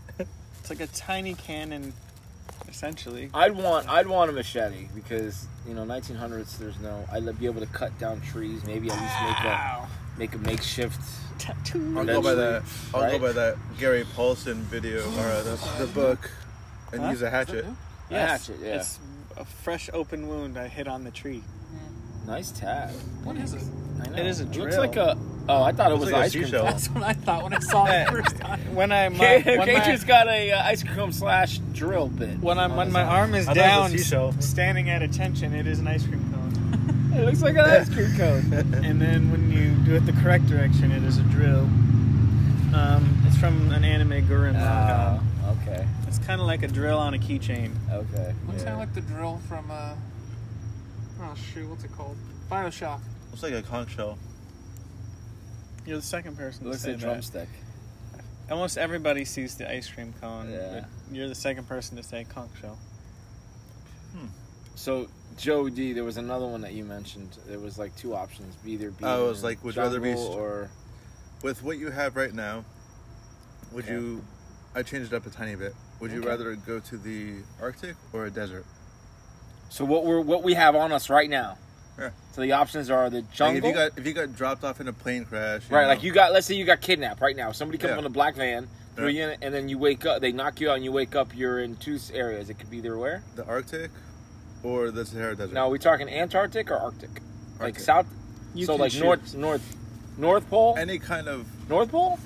Speaker 3: It's like a tiny cannon, essentially.
Speaker 2: I'd want I'd want a machete because you know 1900s. There's no. I'd be able to cut down trees. Maybe at least make a
Speaker 5: Wow.
Speaker 2: make a makeshift.
Speaker 3: Tattoo.
Speaker 4: I'll go by
Speaker 2: Eventually,
Speaker 4: that. I'll
Speaker 2: right?
Speaker 4: go by that Gary Paulson video or uh, the, the book, and
Speaker 3: Huh?
Speaker 4: use a hatchet.
Speaker 3: Yes,
Speaker 2: hatchet, yeah.
Speaker 3: It's a fresh open wound I hit on the tree.
Speaker 2: Nice tab.
Speaker 5: What is it?
Speaker 2: I know.
Speaker 3: It is a
Speaker 2: It looks
Speaker 3: drill.
Speaker 2: like a. Oh, I thought it
Speaker 4: Looks
Speaker 2: was
Speaker 4: like a
Speaker 2: ice cream.
Speaker 4: seashell.
Speaker 2: cone.
Speaker 5: That's what I thought when I saw it
Speaker 3: Yeah.
Speaker 5: the first time.
Speaker 3: When I'm
Speaker 2: K-
Speaker 3: uh, when my,
Speaker 2: Cajun's got a uh, ice cream slash drill bit.
Speaker 3: when I'm when my arm is
Speaker 4: I thought it was a
Speaker 3: down, s-
Speaker 4: seashell.
Speaker 3: standing at attention, it is an ice cream cone.
Speaker 2: It looks like an ice cream cone.
Speaker 3: and then when you do it the correct direction, it is a drill. Um, it's from an anime Gurren
Speaker 2: Ah.
Speaker 3: Lagann.
Speaker 2: okay.
Speaker 3: It's kind of like a drill on a keychain.
Speaker 2: Okay.
Speaker 5: Looks
Speaker 2: yeah.
Speaker 5: kind of like the drill from uh. Oh shoot, what's it called? Bioshock.
Speaker 4: Looks like a conch shell.
Speaker 3: You're the second person.
Speaker 2: It
Speaker 3: to
Speaker 2: looks
Speaker 3: say
Speaker 2: like a
Speaker 3: that.
Speaker 2: drumstick.
Speaker 3: Almost everybody sees the ice cream cone.
Speaker 2: Yeah.
Speaker 3: But you're the second person to say conch shell.
Speaker 2: So Joe D, there was another one that you mentioned. There was like two options: Be either be
Speaker 4: I
Speaker 2: in
Speaker 4: Oh, was
Speaker 2: the
Speaker 4: like, would rather be
Speaker 2: jungle
Speaker 4: st-
Speaker 2: or
Speaker 4: With what you have right now, would
Speaker 2: Okay.
Speaker 4: you? I changed it up a tiny bit. Would you
Speaker 2: Okay.
Speaker 4: rather go to the Arctic or a desert?
Speaker 2: so what we're what we have on us right now.
Speaker 4: Yeah.
Speaker 2: So the options are the
Speaker 4: Like,
Speaker 2: jungle,
Speaker 4: if you got if you got dropped off in a plane crash,
Speaker 2: right?
Speaker 4: know,
Speaker 2: Like you got, let's say you got kidnapped right now. Somebody comes
Speaker 4: Yeah.
Speaker 2: on a black van, threw
Speaker 4: Yeah.
Speaker 2: you in, it, and then you wake up. They knock you out, and you wake up. You're in two s- areas. It could be either where.
Speaker 4: the Arctic or the Sahara Desert.
Speaker 2: Now are we talking Antarctic or Arctic? Like
Speaker 4: Arctic.
Speaker 2: South.
Speaker 3: You
Speaker 2: so
Speaker 3: can
Speaker 2: like
Speaker 3: choose.
Speaker 2: North North North Pole.
Speaker 4: any kind of
Speaker 2: North Pole.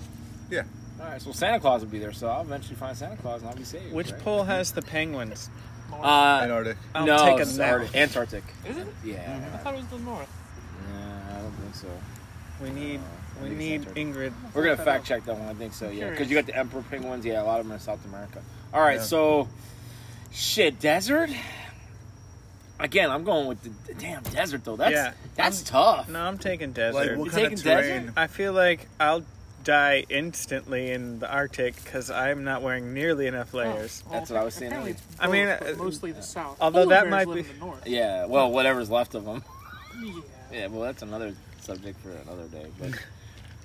Speaker 4: yeah.
Speaker 2: All right. So Santa Claus will be there. So I'll eventually find Santa Claus and I'll be saved.
Speaker 3: Which
Speaker 2: right?
Speaker 3: pole has the penguins?
Speaker 2: Uh,
Speaker 4: Antarctic.
Speaker 3: I'll
Speaker 2: no,
Speaker 3: take a
Speaker 2: it's
Speaker 3: nap.
Speaker 2: Arctic- Antarctic.
Speaker 5: Is it? I
Speaker 4: Mm-hmm.
Speaker 2: Yeah.
Speaker 5: thought it was the north.
Speaker 2: Nah, I don't think so.
Speaker 3: We need
Speaker 2: I
Speaker 3: we
Speaker 2: think it's
Speaker 3: need
Speaker 2: Antarctic.
Speaker 3: Ingrid.
Speaker 2: We're gonna
Speaker 5: that
Speaker 2: fact
Speaker 5: up.
Speaker 2: check that one. I think so. Yeah,
Speaker 5: Curious.
Speaker 2: because you got the emperor penguins. Yeah, a lot of them are in South America. All right,
Speaker 4: Yeah.
Speaker 2: so shit, desert. Again, I'm going with the, the damn desert though. That's
Speaker 3: Yeah.
Speaker 2: that's tough.
Speaker 3: No, I'm taking desert.
Speaker 4: Like what
Speaker 2: You
Speaker 4: kind
Speaker 2: taking
Speaker 4: of
Speaker 2: desert?
Speaker 4: terrain?
Speaker 3: I feel like I'll die instantly in the Arctic because I'm not wearing nearly enough layers.
Speaker 5: Oh,
Speaker 2: That's what I was saying
Speaker 5: apparently
Speaker 2: earlier.
Speaker 5: it's
Speaker 3: I mean,
Speaker 5: both, but
Speaker 3: uh,
Speaker 5: mostly the south.
Speaker 3: although
Speaker 5: Polar
Speaker 3: that
Speaker 5: bears
Speaker 3: might
Speaker 5: live
Speaker 3: be-
Speaker 5: in the north.
Speaker 2: Yeah. Well, whatever's left of them.
Speaker 5: Yeah.
Speaker 2: Yeah. Well, that's another subject for another day. But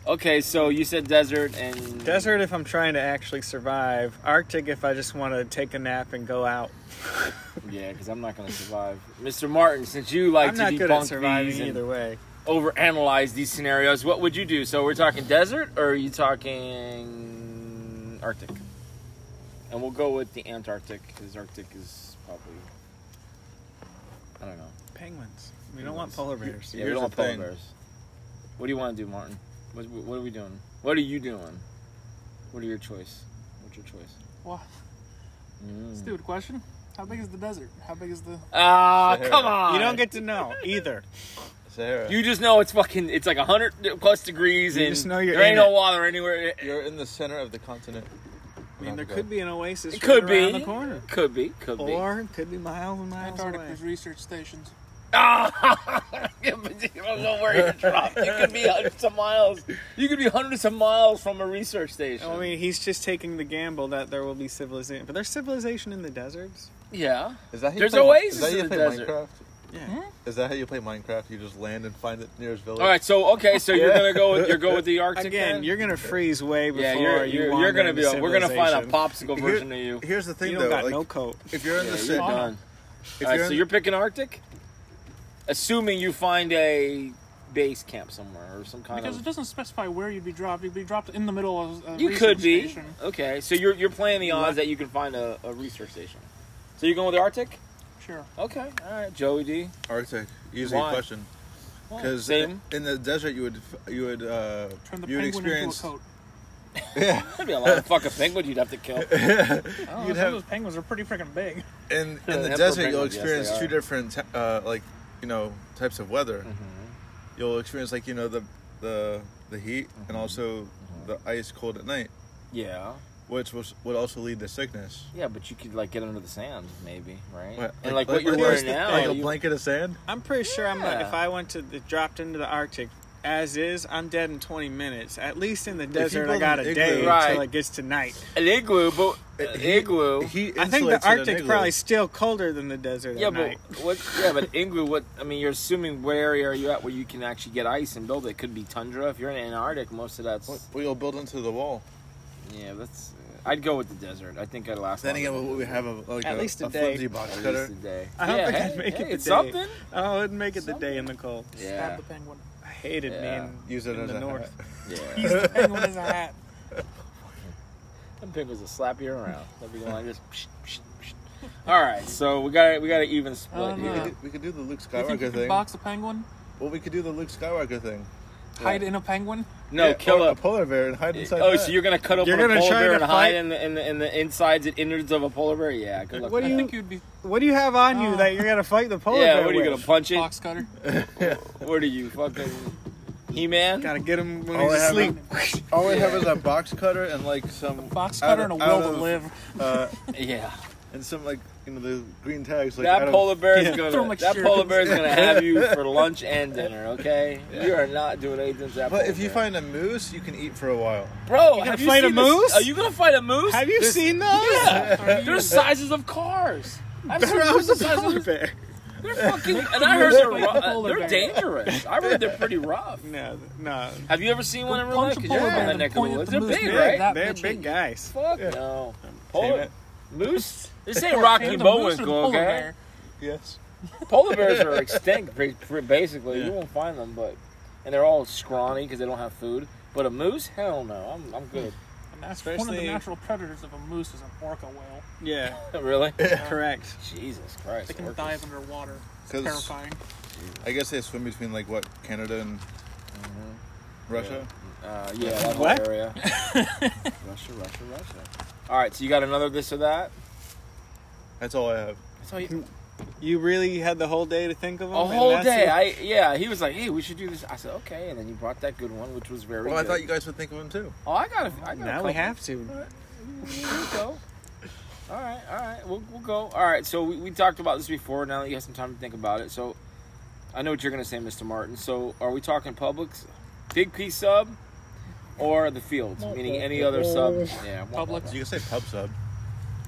Speaker 2: Okay, so you said desert and
Speaker 3: Desert if I'm trying to actually survive. Arctic if I just want to take a nap and go out.
Speaker 2: Yeah, because I'm not going to survive, Mr. Martin. Since you like
Speaker 3: I'm
Speaker 2: to
Speaker 3: not
Speaker 2: debunk
Speaker 3: good at surviving
Speaker 2: these and
Speaker 3: either way.
Speaker 2: overanalyze these scenarios, what would you do? So we're talking desert, or are you talking Arctic? And we'll go with the Antarctic because Arctic is probably I don't know.
Speaker 3: Penguins. We don't want polar bears.
Speaker 2: Yeah, we
Speaker 4: Here's
Speaker 2: don't want
Speaker 4: the
Speaker 2: polar
Speaker 4: thing.
Speaker 2: bears. What do you want to do, Martin? What, what are we doing? What are you doing? What are your choice? What's your choice?
Speaker 5: Wow,
Speaker 2: Mm.
Speaker 5: stupid question. How big is the desert? How big is the?
Speaker 2: Ah,
Speaker 4: Sahara.
Speaker 2: come on!
Speaker 3: You don't get to know either.
Speaker 4: Sahara.
Speaker 2: You just know it's fucking. It's like hundred plus degrees,
Speaker 3: You
Speaker 2: and
Speaker 3: just know you're
Speaker 2: there ain't
Speaker 3: in
Speaker 2: no
Speaker 3: it.
Speaker 2: water anywhere. It
Speaker 4: You're in the center of the continent.
Speaker 3: I mean, there could be an oasis right
Speaker 2: could be.
Speaker 3: around the corner.
Speaker 2: Could be. Could be.
Speaker 3: Or it could be miles and miles away.
Speaker 5: Antarctica's research stations.
Speaker 2: Ah, yeah, but you don't know where you're dropped. You could be hundreds of miles. You could be hundreds of miles from a research station.
Speaker 3: I mean, he's just taking the gamble that there will be civilization. But there's civilization in the deserts.
Speaker 2: yeah.
Speaker 4: Is that how you
Speaker 2: There's
Speaker 4: play,
Speaker 2: oasis
Speaker 4: is that how
Speaker 2: in
Speaker 4: you
Speaker 2: the
Speaker 4: play
Speaker 2: desert.
Speaker 4: Minecraft?
Speaker 3: Yeah.
Speaker 4: Is that how you play Minecraft? You just land and find the nearest village.
Speaker 2: All right. So okay. So you're
Speaker 4: Yeah.
Speaker 2: gonna go. With, you're go with the Arctic.
Speaker 3: Again,
Speaker 2: then?
Speaker 3: you're gonna freeze way before
Speaker 2: Yeah, you're
Speaker 3: you
Speaker 2: you're,
Speaker 3: wander
Speaker 2: you're gonna
Speaker 3: into
Speaker 2: be. A, we're gonna find a
Speaker 3: civilization.
Speaker 2: popsicle
Speaker 4: Here-
Speaker 2: version of you.
Speaker 4: Here's the thing,
Speaker 3: You don't
Speaker 4: though.
Speaker 3: got
Speaker 4: like,
Speaker 3: no coat.
Speaker 4: If you're in the
Speaker 2: You're
Speaker 4: city,
Speaker 2: done.
Speaker 4: if
Speaker 2: All right,
Speaker 4: you're
Speaker 2: so
Speaker 4: in-
Speaker 2: you're picking Arctic, assuming you find a base camp somewhere or some kind
Speaker 5: Because
Speaker 2: of.
Speaker 5: it doesn't specify where you'd be dropped. You'd be dropped in the middle of a
Speaker 2: You
Speaker 5: research
Speaker 2: could be.
Speaker 5: station.
Speaker 2: Okay, so you're you're playing the odds that you can find a, a research station. So you're going with the Arctic?
Speaker 5: Sure.
Speaker 2: Okay, all right, Joey D.
Speaker 4: Arctic, easy
Speaker 2: Why?
Speaker 4: question. Because
Speaker 2: Same.
Speaker 4: in the desert, you would f- you would uh,
Speaker 5: Turn the
Speaker 4: you would
Speaker 5: penguin
Speaker 4: experience
Speaker 5: into a coat.
Speaker 2: That'd be a lot of fucking penguins you'd have to kill.
Speaker 5: Oh,
Speaker 4: you'd
Speaker 5: some of
Speaker 4: have-
Speaker 5: those penguins are pretty freaking big.
Speaker 4: in in the
Speaker 2: Emperor
Speaker 4: desert you'll
Speaker 2: penguins, yes,
Speaker 4: experience
Speaker 2: they
Speaker 4: two
Speaker 2: are.
Speaker 4: different t- uh, like you know types of weather.
Speaker 2: Mm-hmm.
Speaker 4: You'll experience like you know the the the heat and also
Speaker 2: Mm-hmm.
Speaker 4: the ice cold at night,
Speaker 2: Yeah,
Speaker 4: which was, would also lead to sickness.
Speaker 2: yeah, but you could like get under the sand, maybe, right?
Speaker 4: What-
Speaker 2: and like, what you're
Speaker 4: there's
Speaker 2: wearing
Speaker 4: the-
Speaker 2: now,
Speaker 4: like a
Speaker 2: you-
Speaker 4: blanket of sand.
Speaker 3: I'm pretty sure I'm.
Speaker 2: Yeah.
Speaker 3: If I went to the, dropped into the Arctic, as is, I'm dead in 20 minutes. At least in the desert, I
Speaker 4: build
Speaker 3: got
Speaker 4: an
Speaker 3: a
Speaker 4: igloo-
Speaker 3: day
Speaker 2: Right.
Speaker 3: until it gets to night.
Speaker 2: an igloo, but an igloo.
Speaker 4: Uh, He
Speaker 3: I think
Speaker 4: insulates it
Speaker 3: the
Speaker 4: in an
Speaker 3: Arctic
Speaker 4: igloo.
Speaker 3: probably still colder than the desert
Speaker 2: yeah,
Speaker 3: at night.
Speaker 2: but what? Yeah, but igloo. What? I mean, you're assuming where area are you at where you can actually get ice and build it? Could be tundra. If you're in Antarctic, most of that's
Speaker 4: Well, you'll build into the wall.
Speaker 2: yeah. That's. uh, I'd go with the desert. I think I'd last.
Speaker 4: Then
Speaker 2: longer
Speaker 4: again,
Speaker 2: than
Speaker 4: what
Speaker 2: the
Speaker 4: we
Speaker 2: desert.
Speaker 4: have a, like
Speaker 3: At
Speaker 4: a,
Speaker 3: least a
Speaker 4: a
Speaker 3: day.
Speaker 4: flimsy box
Speaker 2: At least
Speaker 4: cutter.
Speaker 2: a day.
Speaker 3: I don't
Speaker 2: yeah,
Speaker 3: think
Speaker 2: hey,
Speaker 3: I'd make
Speaker 2: hey,
Speaker 3: it the
Speaker 2: it's
Speaker 3: day.
Speaker 2: something.
Speaker 3: Oh, it'd make it the day in the cold.
Speaker 2: Yeah.
Speaker 5: Stab the penguin.
Speaker 3: I hated
Speaker 2: Yeah.
Speaker 3: me in,
Speaker 4: Use it
Speaker 3: in
Speaker 4: as
Speaker 3: the
Speaker 4: a
Speaker 3: north.
Speaker 2: Yeah.
Speaker 5: Use the penguin as a hat.
Speaker 2: Them penguins will slap you around. They'll be going like this. psh, psh, psh. All right, so we got we got to even split
Speaker 5: Um,
Speaker 4: We,
Speaker 2: here.
Speaker 4: could, we could do the Luke
Speaker 5: You think you
Speaker 4: Skywalker
Speaker 5: could
Speaker 4: thing.
Speaker 5: box a penguin,
Speaker 4: Well, we could do the Luke Skywalker thing.
Speaker 5: hide in a penguin?
Speaker 2: No,
Speaker 4: Yeah,
Speaker 2: kill
Speaker 4: or a
Speaker 2: a.
Speaker 4: polar bear and hide inside.
Speaker 2: Oh,
Speaker 4: that.
Speaker 2: so you're gonna cut open
Speaker 3: You're
Speaker 2: a
Speaker 3: gonna
Speaker 2: polar
Speaker 3: try
Speaker 2: bear
Speaker 3: to
Speaker 2: and hide
Speaker 3: fight-
Speaker 2: in the, in the in the insides and innards of a polar bear? Yeah, good luck.
Speaker 3: What
Speaker 2: with that.
Speaker 3: do
Speaker 5: I
Speaker 3: you-
Speaker 5: think you'd be
Speaker 3: What do you have on you
Speaker 5: Oh.
Speaker 3: that you're gonna fight the polar bear?
Speaker 2: Yeah, what are you gonna
Speaker 3: with?
Speaker 2: punch it?
Speaker 5: box cutter.
Speaker 2: What are you fucking He Man?
Speaker 3: Gotta get him when
Speaker 4: All
Speaker 3: he's
Speaker 4: I have
Speaker 3: asleep.
Speaker 4: All we have is a box cutter and like some
Speaker 5: Box
Speaker 4: out
Speaker 5: cutter and a
Speaker 4: of-
Speaker 5: will
Speaker 4: out
Speaker 5: to
Speaker 4: of,
Speaker 5: live.
Speaker 4: uh,
Speaker 2: Yeah,
Speaker 4: and some like you know the green tags. Like out
Speaker 2: that
Speaker 4: of-
Speaker 2: polar bear is
Speaker 5: Throw him
Speaker 2: gonna
Speaker 5: like
Speaker 2: that
Speaker 5: shit.
Speaker 2: polar bear is gonna have you for lunch and dinner. Okay, you are not doing anything to that.
Speaker 4: But
Speaker 2: polar
Speaker 4: if you
Speaker 2: bear.
Speaker 4: find a moose, you can eat for a while.
Speaker 2: bro,
Speaker 3: gonna
Speaker 2: have you
Speaker 3: fight a
Speaker 2: seen this-
Speaker 3: moose?
Speaker 2: Are you gonna fight a moose?
Speaker 3: Have you
Speaker 2: There's-
Speaker 3: seen those?
Speaker 2: Yeah,
Speaker 5: Are you-
Speaker 2: there's sizes of cars. I've seen
Speaker 3: They're out
Speaker 2: cars
Speaker 3: the
Speaker 2: the size
Speaker 3: polar
Speaker 2: of
Speaker 3: bear.
Speaker 2: They're fucking, and I heard they're
Speaker 5: Like the
Speaker 2: rough.
Speaker 5: polar
Speaker 2: They're
Speaker 5: bear.
Speaker 2: dangerous. I heard they're pretty rough.
Speaker 3: No, no.
Speaker 2: Have you ever seen one in real life?
Speaker 5: Punch
Speaker 2: 'Cause
Speaker 5: a polar
Speaker 2: you're
Speaker 5: bear
Speaker 2: from that
Speaker 5: and
Speaker 2: neck of the
Speaker 5: point at
Speaker 2: woods.
Speaker 5: the
Speaker 2: They're
Speaker 5: moose.
Speaker 2: big,
Speaker 5: Big,
Speaker 2: right?
Speaker 5: that
Speaker 3: They're
Speaker 5: bitch
Speaker 3: big
Speaker 5: ain't-
Speaker 3: guys.
Speaker 2: Fuck no.
Speaker 4: Tame
Speaker 2: Polar
Speaker 4: it.
Speaker 2: moose. This ain't Rocky
Speaker 5: And the
Speaker 2: Bowen,
Speaker 5: moose or the polar
Speaker 2: okay?
Speaker 5: bear?
Speaker 4: Yes.
Speaker 2: Polar bears are extinct, ba- ba- basically.
Speaker 4: Yeah.
Speaker 2: You won't find them, but and they're all scrawny because they don't have food. But a moose, hell no. I'm, I'm good.
Speaker 5: And that's one of
Speaker 3: Especially-
Speaker 5: the natural predators of a moose is an orca whale.
Speaker 3: Yeah,
Speaker 2: really?
Speaker 3: correct.
Speaker 2: Jesus Christ.
Speaker 5: They can
Speaker 2: orcas.
Speaker 5: dive underwater. It's
Speaker 4: 'Cause-
Speaker 5: terrifying.
Speaker 4: I guess they swim between like what Canada and uh-huh, Russia.
Speaker 2: Uh, yeah, that whole
Speaker 3: What?
Speaker 2: area. Russia, Russia, Russia. All right, so you got another this or that?
Speaker 4: That's all I have.
Speaker 2: That's all you.
Speaker 3: You really had the whole day to think of them.
Speaker 2: A
Speaker 3: and
Speaker 2: whole
Speaker 3: that's
Speaker 2: day.
Speaker 3: it?
Speaker 2: I yeah. He was like, "Hey, we should do this." I said, "Okay," and then you brought that good one, which was very.
Speaker 4: Well, I
Speaker 2: good.
Speaker 4: thought you guys would think of them too.
Speaker 2: Oh, I got. A, I got. a
Speaker 3: now
Speaker 2: couple.
Speaker 3: we have to.
Speaker 2: Here we go. All right, all right. We'll, we'll go. All right. So we, we talked about this before. Now that you have some time to think about it, so I know what you're gonna say, Mr. Martin. So are we talking Publix, Big P sub, or the Fields? Meaning any other sub? Yeah.
Speaker 5: Publix.
Speaker 4: You can say pub sub.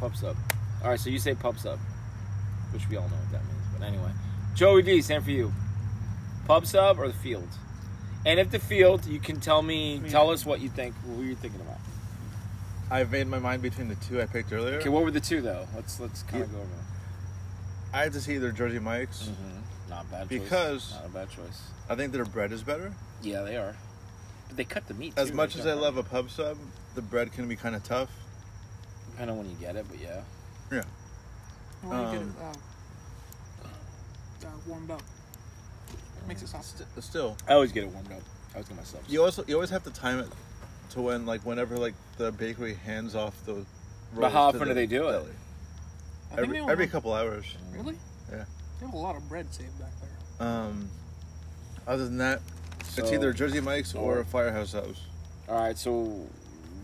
Speaker 2: Pub sub. All right, so you say pub sub, which we all know what that means. But anyway, Joey D, same for you. Pub sub or the fields? end of the field. You can tell me, tell us what you think. What were you thinking about?
Speaker 4: I've made my mind between the two I picked earlier.
Speaker 2: Okay, what were the two though? Let's let's kind of go over. them.
Speaker 4: I have to see either Jersey Mike's.
Speaker 2: Mm-hmm. Not a bad choice.
Speaker 4: Because-
Speaker 2: not a bad choice.
Speaker 4: I think their bread is better.
Speaker 2: Yeah, they are. But they cut the meat.
Speaker 4: As much as I love a pub sub, the bread can be kind of tough.
Speaker 2: I don't when you get it, but yeah.
Speaker 5: I want to get it
Speaker 4: Um,
Speaker 5: uh, uh, warmed up. Makes it soft.
Speaker 4: St- still,
Speaker 2: I always get it warmed up. I always get myself.
Speaker 4: you also you always have to time it to when like whenever like the bakery hands off the. Rolls
Speaker 2: But how
Speaker 4: to
Speaker 2: often
Speaker 4: the
Speaker 2: do they do it?
Speaker 4: deli.
Speaker 5: I think
Speaker 4: Every,
Speaker 5: they only
Speaker 4: every
Speaker 5: have-
Speaker 4: couple hours.
Speaker 5: Really?
Speaker 4: Yeah.
Speaker 5: They have a lot of bread saved back there.
Speaker 4: Um, other than that, it's
Speaker 2: So-
Speaker 4: either Jersey Mike's or
Speaker 2: Oh.
Speaker 4: Firehouse Subs.
Speaker 2: All right, so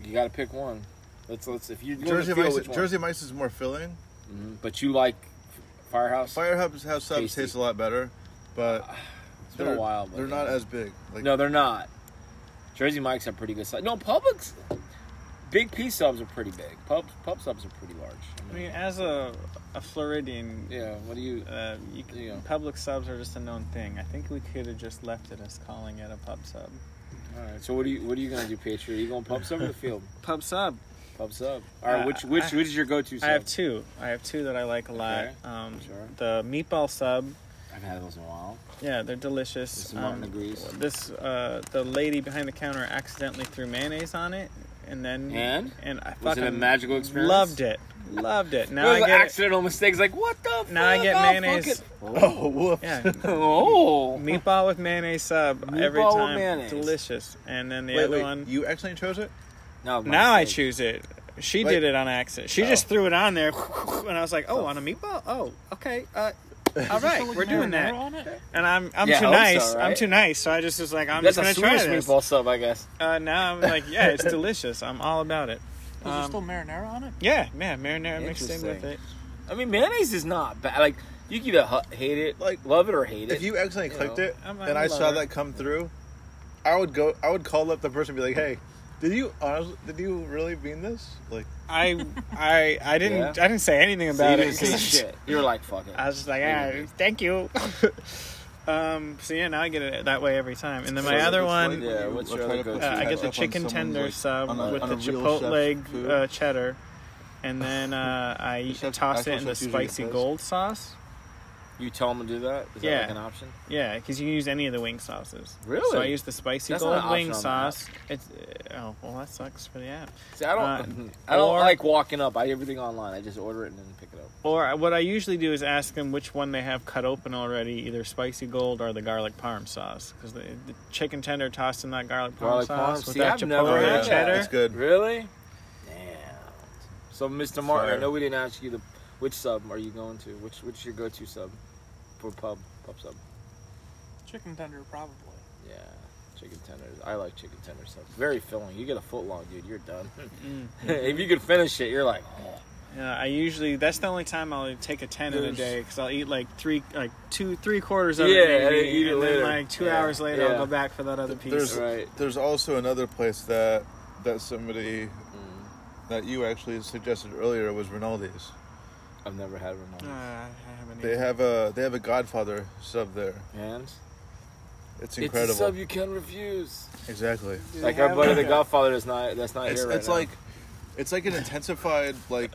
Speaker 2: you got to pick one. Let's let's if you
Speaker 4: Jersey
Speaker 2: field,
Speaker 4: Mike's,
Speaker 2: which one?
Speaker 4: Jersey Mike's is more filling.
Speaker 2: Mhm. but you like Firehouse.
Speaker 4: Firehouse Subs
Speaker 2: Tasty.
Speaker 4: tastes a lot better, but
Speaker 2: it's been
Speaker 4: they're,
Speaker 2: a while. But
Speaker 4: they're not as big. Like
Speaker 2: no, they're not. Jersey Mike's are pretty good size. No, Publix. Big P subs are pretty big. Pub pub subs are pretty large.
Speaker 3: I mean, as a, a Floridian,
Speaker 2: yeah. What do you?
Speaker 3: uh, you, c-
Speaker 2: Yeah.
Speaker 3: public subs are just a known thing. I think we could have just left it as calling it a pub sub.
Speaker 2: All right. So what are you? What are you gonna do, Patriot? Are you going pub sub or the field?
Speaker 3: Pub sub.
Speaker 2: Pub sub. All right. Which which which is your go-to? Sub?
Speaker 3: I have two. I have two that I like a lot.
Speaker 2: Okay.
Speaker 3: Um,
Speaker 2: Sure.
Speaker 3: The meatball sub.
Speaker 2: I haven't had those in a while.
Speaker 3: Yeah, they're delicious. Um,
Speaker 2: This is Martin agrees.
Speaker 3: This uh, the lady behind the counter accidentally threw mayonnaise on it, and then
Speaker 2: And?
Speaker 3: and I
Speaker 2: Was
Speaker 3: fucking
Speaker 2: it a magical experience?
Speaker 3: Loved it, loved it. Now
Speaker 2: Those
Speaker 3: I get it-
Speaker 2: accidental mistakes. Like what the?
Speaker 3: Now I
Speaker 2: fuck?
Speaker 3: get
Speaker 2: Oh, fuck
Speaker 3: mayonnaise.
Speaker 2: it.
Speaker 4: oh whoops.
Speaker 3: Yeah,
Speaker 2: Oh.
Speaker 3: meatball with mayonnaise sub every
Speaker 2: Meatball with
Speaker 3: time.
Speaker 2: mayonnaise.
Speaker 3: Delicious. And then the
Speaker 4: Wait,
Speaker 3: other
Speaker 4: wait,
Speaker 3: one.
Speaker 4: you actually chose it?
Speaker 2: No,
Speaker 3: now I
Speaker 2: mistake.
Speaker 3: choose it. She
Speaker 4: Wait.
Speaker 3: did it on accident. She
Speaker 4: Oh.
Speaker 3: just threw it on there, and I was like, "Oh, on a meatball? Oh, okay. Uh, all right, we're doing that." And I'm I'm
Speaker 2: Yeah,
Speaker 3: too
Speaker 2: I hope so,
Speaker 3: nice. I'm
Speaker 2: right?
Speaker 3: too nice. So I just was like, "I'm
Speaker 2: That's a
Speaker 3: just gonna
Speaker 2: Swedish
Speaker 3: try this."
Speaker 2: meatball sub, I guess.
Speaker 3: Uh, now I'm like, "Yeah, it's delicious. I'm all about it."
Speaker 5: Is there
Speaker 3: Um,
Speaker 5: still marinara on it?
Speaker 3: Yeah, man, marinara mixed in
Speaker 2: Interesting.
Speaker 3: with it.
Speaker 2: I mean, mayonnaise is not bad. Like you can either hu- hate it, like
Speaker 4: Like,
Speaker 2: love it, or hate it.
Speaker 4: If you actually clicked
Speaker 2: know,
Speaker 4: it
Speaker 3: I'm- I'm
Speaker 4: and I
Speaker 3: a
Speaker 4: saw
Speaker 3: lover.
Speaker 4: that come through, I would go. I would call up the person and be like, "Hey, did you honestly? Did you really mean this? Like,
Speaker 3: I I I didn't
Speaker 2: Yeah.
Speaker 3: I didn't say anything
Speaker 2: so you
Speaker 3: about
Speaker 2: didn't
Speaker 3: it. 'cause
Speaker 2: say
Speaker 3: I just-
Speaker 2: shit. You're like fuck it.
Speaker 3: I was just like, ah, thank you. um, so yeah, now I get it that way every time. And then my
Speaker 4: So
Speaker 3: other
Speaker 4: it's like
Speaker 3: one,
Speaker 4: you-
Speaker 2: Yeah, what's
Speaker 4: let's
Speaker 2: your
Speaker 4: try
Speaker 2: other
Speaker 4: to put
Speaker 2: go-to?
Speaker 3: uh, I
Speaker 4: some
Speaker 3: get
Speaker 4: stuff
Speaker 3: the
Speaker 4: on
Speaker 3: chicken
Speaker 4: someone's,
Speaker 3: tender
Speaker 4: like,
Speaker 3: sub
Speaker 4: on a-
Speaker 3: with
Speaker 4: on
Speaker 3: the
Speaker 4: a real chef's
Speaker 3: chipotle
Speaker 4: food.
Speaker 3: uh, cheddar, and then uh, I
Speaker 4: chefs-
Speaker 3: toss
Speaker 4: actual
Speaker 3: it in the
Speaker 4: chefs usually get
Speaker 3: spicy
Speaker 4: those.
Speaker 3: gold sauce.
Speaker 2: you tell them to do that. Is that
Speaker 3: Yeah.
Speaker 2: like an option?
Speaker 3: Yeah, because you can use any of the wing sauces. So I
Speaker 2: Really?
Speaker 3: use the spicy
Speaker 2: That's not an
Speaker 3: gold wing
Speaker 2: option on the
Speaker 3: sauce. It's uh, oh well, that sucks for the app.
Speaker 2: See, I don't. mm-hmm,
Speaker 3: Uh,
Speaker 2: I don't
Speaker 3: or-
Speaker 2: like walking up. I everything online. I just order it and then pick it up.
Speaker 3: Or what I usually do is ask them which one they have cut open already, either spicy gold or the garlic parm sauce, because the, the chicken tender tossed in that garlic
Speaker 2: Garlic
Speaker 3: parm sauce
Speaker 2: parm?
Speaker 3: with
Speaker 2: See,
Speaker 3: that
Speaker 2: I've
Speaker 3: chipotle
Speaker 2: never
Speaker 4: had
Speaker 3: and
Speaker 4: that.
Speaker 3: cheddar.
Speaker 4: It's good.
Speaker 2: Really? Damn. So, Mr. Martin, I
Speaker 4: Fire.
Speaker 2: know we didn't ask you the which sub are you going to? Which which is your go-to sub for pub pub sub?
Speaker 5: Chicken tender, probably.
Speaker 2: Yeah, chicken tenders. I like chicken tender subs. Very filling. You get a foot long, dude. You're done.
Speaker 3: Mm.
Speaker 2: if you could finish it, you're like, oh.
Speaker 3: Yeah, I usually that's the only time I'll take a ten in a
Speaker 2: There's-
Speaker 3: day because I'll eat like three, like two, three quarters of
Speaker 2: Yeah,
Speaker 3: it,
Speaker 2: and
Speaker 3: maybe,
Speaker 2: eat it
Speaker 3: and
Speaker 2: later.
Speaker 3: then like two
Speaker 2: Yeah,
Speaker 3: hours later
Speaker 2: yeah.
Speaker 3: I'll go back for that other piece.
Speaker 4: There's
Speaker 2: Right.
Speaker 4: there's also another place that that somebody
Speaker 2: mm,
Speaker 4: that you actually suggested earlier was Rinaldi's.
Speaker 2: I've never had one.
Speaker 3: Uh, I haven't
Speaker 4: They
Speaker 3: eaten.
Speaker 4: have a they have a Godfather sub there.
Speaker 2: And
Speaker 4: It's
Speaker 2: it's a
Speaker 4: incredible.
Speaker 2: sub you can refuse.
Speaker 4: exactly.
Speaker 2: like
Speaker 3: have
Speaker 2: our buddy
Speaker 3: it.
Speaker 2: the Godfather is not. That's not
Speaker 4: It's
Speaker 2: here right
Speaker 4: it's
Speaker 2: now.
Speaker 4: like it's like an intensified like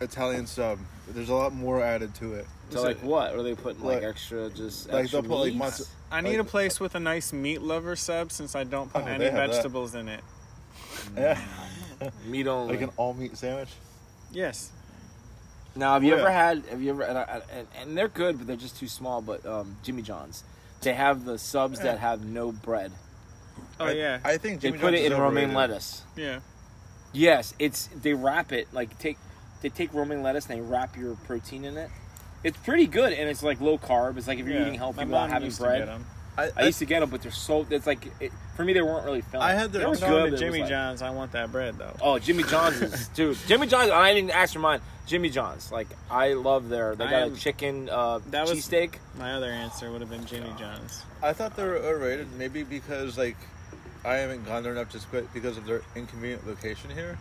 Speaker 4: Italian sub. There's a lot more added to it.
Speaker 2: so like what? Are they putting like,
Speaker 4: like-
Speaker 2: extra just
Speaker 4: like,
Speaker 2: extra
Speaker 4: they'll put, like,
Speaker 2: meats?
Speaker 4: mozza-
Speaker 3: I need a
Speaker 4: like-
Speaker 3: place with a nice meat lover sub since I don't put
Speaker 4: Oh,
Speaker 3: any
Speaker 4: they have that.
Speaker 3: vegetables in it.
Speaker 4: Yeah.
Speaker 2: meat only.
Speaker 4: Like an all meat sandwich.
Speaker 3: Yes,
Speaker 2: Now, have you
Speaker 4: Yeah.
Speaker 2: ever had? Have you ever? And, I- and, and they're good, but they're just too small. But um, Jimmy John's, they have the subs that have no bread.
Speaker 3: oh
Speaker 4: I-
Speaker 3: yeah,
Speaker 4: I think
Speaker 2: They
Speaker 4: Jimmy
Speaker 2: put
Speaker 4: John's
Speaker 2: it in
Speaker 4: is
Speaker 2: romaine
Speaker 4: overrated.
Speaker 2: lettuce.
Speaker 3: yeah.
Speaker 2: Yes, it's they wrap it like take they take romaine lettuce and they wrap your protein in it. It's pretty good and it's like low carb. It's like if you're
Speaker 3: yeah.
Speaker 2: eating
Speaker 3: My
Speaker 2: healthy
Speaker 3: mom
Speaker 2: without having
Speaker 3: used to get
Speaker 2: bread.
Speaker 3: 'em.
Speaker 4: I,
Speaker 2: I used to get them, but they're so. It's like it, for me, they weren't really filling.
Speaker 4: I had their
Speaker 2: They were
Speaker 4: own-
Speaker 3: I'm
Speaker 2: good,
Speaker 3: going
Speaker 2: but
Speaker 3: to
Speaker 2: it was
Speaker 3: Jimmy
Speaker 2: like-
Speaker 3: John's. I want that bread though.
Speaker 2: Oh, Jimmy John's is dude. Jimmy John's. I didn't ask for mine. Jimmy John's. Like I love their. They
Speaker 3: I
Speaker 2: got a
Speaker 3: am-
Speaker 2: chicken uh,
Speaker 3: That was- Mm-hmm.
Speaker 2: cheesesteak.
Speaker 3: My other answer would have been Jimmy John's.
Speaker 4: I thought they were overrated, maybe because like I haven't gone there enough to quit because of their inconvenient location here.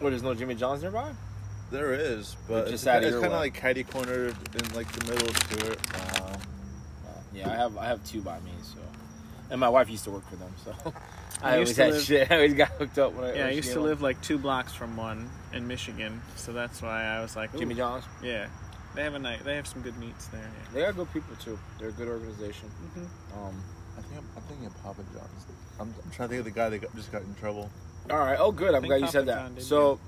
Speaker 2: What? There's no Jimmy John's nearby.
Speaker 4: There is, but
Speaker 2: Just
Speaker 4: it's,
Speaker 2: out of
Speaker 4: it's
Speaker 2: your
Speaker 4: kind of
Speaker 2: way.
Speaker 4: like catty cornered in like the middle of Stewart.
Speaker 2: Yeah, I have I have two by me. So, And my wife used to work for them, so I,
Speaker 3: I
Speaker 2: always
Speaker 3: used to
Speaker 2: had
Speaker 3: live-
Speaker 2: shit. I always got hooked up when I
Speaker 3: Yeah, I
Speaker 2: when she
Speaker 3: used
Speaker 2: came
Speaker 3: to
Speaker 2: on.
Speaker 3: live like two blocks from one in Michigan, so that's why I was like,
Speaker 2: Jimmy
Speaker 3: ooh,
Speaker 2: John's.
Speaker 3: Yeah, they have a night. They have some good meats there. Yeah.
Speaker 2: They are good people too. They're a good organization. Um,
Speaker 4: I think I'm, I'm thinking of Papa John's. I'm, I'm trying to think of the guy that got, just got in trouble.
Speaker 2: all right. Oh, good. I'm
Speaker 3: think
Speaker 2: glad you
Speaker 3: Papa
Speaker 2: said
Speaker 3: John
Speaker 2: that.
Speaker 3: did,
Speaker 2: So,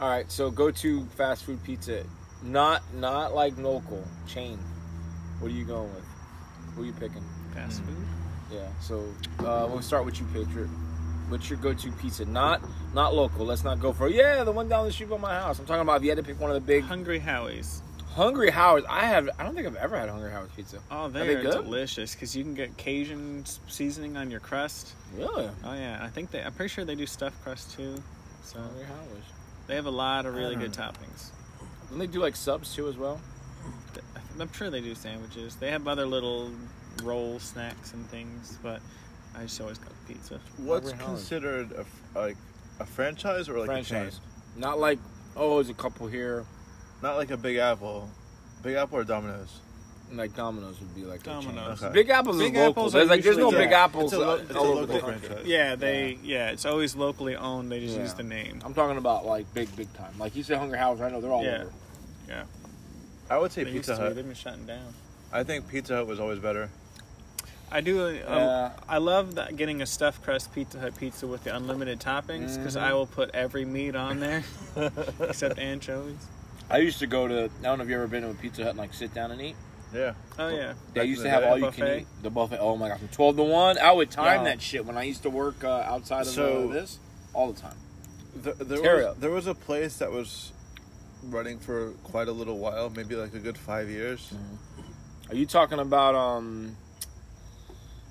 Speaker 2: all right. So go to fast food pizza. Not not like local chain. What are you going with? Who are you picking?
Speaker 3: Fast
Speaker 2: Mm.
Speaker 3: food.
Speaker 2: Yeah. So uh, we'll start with you, Patriot. What's your go-to pizza? Not not local. Let's not go for yeah the one down the street by my house. I'm talking about if you had to pick one of the big
Speaker 3: Hungry Howie's.
Speaker 2: Hungry Howard's. I have. I don't think I've ever had Hungry Howard's pizza.
Speaker 3: Oh,
Speaker 2: they
Speaker 3: they are,
Speaker 2: good?
Speaker 3: delicious because you can get Cajun s- seasoning on your crust.
Speaker 2: Really?
Speaker 3: Oh yeah, I think they. I'm pretty sure they do stuffed crust too. So
Speaker 2: Hungry Howard's.
Speaker 3: they have a lot of really
Speaker 2: Mm.
Speaker 3: good toppings.
Speaker 2: Don't they do like subs too as well?
Speaker 3: Th- I'm sure they do sandwiches. They have other little roll snacks and things, but I just always got pizza.
Speaker 4: What's
Speaker 2: Howard.
Speaker 4: considered a, fr- like a franchise or like a
Speaker 2: Franchise.
Speaker 4: chain?
Speaker 2: Not like oh, there's a couple here.
Speaker 4: Not like a Big Apple. Big Apple or Domino's?
Speaker 2: And like Domino's would be like a chain.
Speaker 3: Domino's.
Speaker 4: Okay.
Speaker 2: Big Apples
Speaker 3: Big
Speaker 2: is local.
Speaker 3: Apples
Speaker 2: there's
Speaker 3: are
Speaker 2: like there's no
Speaker 3: usually-
Speaker 2: Big
Speaker 3: Yeah.
Speaker 2: Apples uh,
Speaker 4: It's a, lo-
Speaker 2: all
Speaker 4: it's a
Speaker 2: over the
Speaker 4: local
Speaker 2: country.
Speaker 4: franchise.
Speaker 3: Yeah, they. Yeah, it's always locally owned. They just
Speaker 2: Yeah.
Speaker 3: use the name.
Speaker 2: I'm talking about like big, big time. Like you say, Hungry Howard's. I know they're all
Speaker 3: Yeah.
Speaker 2: over.
Speaker 3: Yeah,
Speaker 4: I would say
Speaker 3: they used
Speaker 4: Pizza
Speaker 3: to be.
Speaker 4: Hut.
Speaker 3: They've been shutting down.
Speaker 4: I think Pizza Hut was always better.
Speaker 3: I do. uh,
Speaker 2: Yeah.
Speaker 3: I love that getting a stuffed crust Pizza Hut pizza with the unlimited toppings because
Speaker 4: Mm-hmm.
Speaker 3: I will put every meat on there except anchovies.
Speaker 2: I used to go to. I don't know if you ever been to a Pizza Hut and like sit down and eat.
Speaker 4: Yeah.
Speaker 3: Oh yeah,
Speaker 2: They
Speaker 4: Back
Speaker 2: used to
Speaker 4: in the
Speaker 2: have
Speaker 4: day.
Speaker 2: all you can
Speaker 3: Buffet.
Speaker 2: eat. The buffet. Oh my god, from twelve to one. I would time
Speaker 3: Yeah.
Speaker 2: that shit when I used to work uh, outside of
Speaker 4: So-
Speaker 2: uh, this all the time.
Speaker 4: There, there,
Speaker 2: Terrio.
Speaker 4: was, there was a place that was running for quite a little while, maybe like a good five years.
Speaker 2: Mm. Are you talking about um?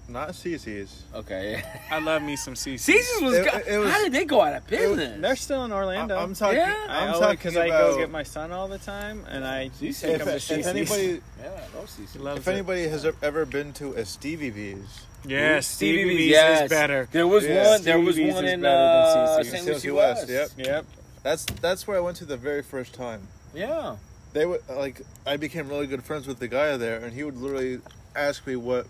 Speaker 4: Not CC's.
Speaker 2: Okay,
Speaker 3: I love me some CC's.
Speaker 2: Caesar's was.
Speaker 4: It-
Speaker 2: go-
Speaker 4: it was-
Speaker 2: how did they go out of business?
Speaker 3: They're still in Orlando.
Speaker 4: I- I'm talking.
Speaker 2: Yeah.
Speaker 3: I
Speaker 4: I'm
Speaker 3: owe it
Speaker 4: talking
Speaker 3: 'cause
Speaker 4: about.
Speaker 3: I go get my son all the time, and I
Speaker 2: Cece's.
Speaker 3: take
Speaker 4: if,
Speaker 3: him to
Speaker 4: if
Speaker 3: Cece's.
Speaker 4: anybody,
Speaker 2: yeah, I love Caesar's.
Speaker 3: He loves
Speaker 4: if
Speaker 3: it.
Speaker 4: anybody has e-, ever been to a Stevie V's,
Speaker 3: yeah,
Speaker 2: Ooh,
Speaker 3: Stevie
Speaker 2: Stevie
Speaker 3: B's
Speaker 2: yes.
Speaker 3: is better.
Speaker 2: There was
Speaker 4: Yeah.
Speaker 2: one. There was
Speaker 3: Stevie B's
Speaker 2: one
Speaker 3: is
Speaker 2: in
Speaker 3: better than
Speaker 2: uh,
Speaker 3: CC's.
Speaker 2: St.
Speaker 4: St.
Speaker 2: Lucie
Speaker 4: Lucie West,
Speaker 2: West.
Speaker 4: yep.
Speaker 3: Yep.
Speaker 4: that's that's where I went to the very first time.
Speaker 2: Yeah.
Speaker 4: They would like I became really good friends with the guy there, and he would literally ask me what,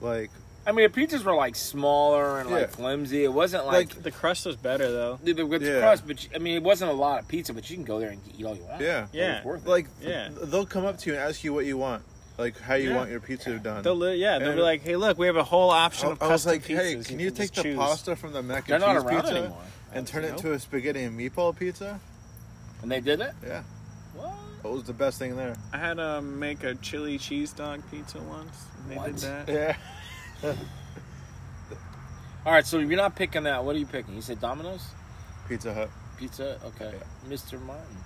Speaker 4: like,
Speaker 2: I mean, the pizzas were like smaller and like
Speaker 4: Yeah.
Speaker 2: flimsy. It wasn't like,
Speaker 3: The crust was better though.
Speaker 2: the- the- with the
Speaker 4: Yeah.
Speaker 2: crust, but you- I mean, it wasn't a lot of pizza. But you can go there and eat all you want.
Speaker 4: yeah,
Speaker 2: It was
Speaker 3: Yeah.
Speaker 2: worth it.
Speaker 4: like
Speaker 3: Yeah.
Speaker 4: they'll come up to you and ask you what you want, like how you
Speaker 3: Yeah.
Speaker 4: want your pizza done.
Speaker 3: They'll li- yeah, they'll be
Speaker 4: And-
Speaker 3: like, "Hey, look, we have a whole option
Speaker 4: I,
Speaker 3: of
Speaker 4: I was
Speaker 3: custom
Speaker 4: like,
Speaker 3: pizzas.
Speaker 4: hey, can you, take
Speaker 3: just
Speaker 4: the
Speaker 3: choose."
Speaker 4: pasta from the mac
Speaker 2: they're
Speaker 4: and
Speaker 2: not
Speaker 4: cheese
Speaker 2: around
Speaker 4: pizza
Speaker 2: anymore.
Speaker 4: and turn
Speaker 2: Nope.
Speaker 4: it to a spaghetti and meatball pizza?
Speaker 2: And they did it.
Speaker 4: Yeah,
Speaker 2: What?
Speaker 4: that was the best thing there.
Speaker 3: I had to make a chili cheese dog pizza once. and They
Speaker 2: What?
Speaker 3: did that.
Speaker 4: Yeah,
Speaker 2: All right, so if you're not picking that, what are you picking? You said Domino's
Speaker 4: Pizza Hut.
Speaker 2: pizza. Okay, Mr. Martin.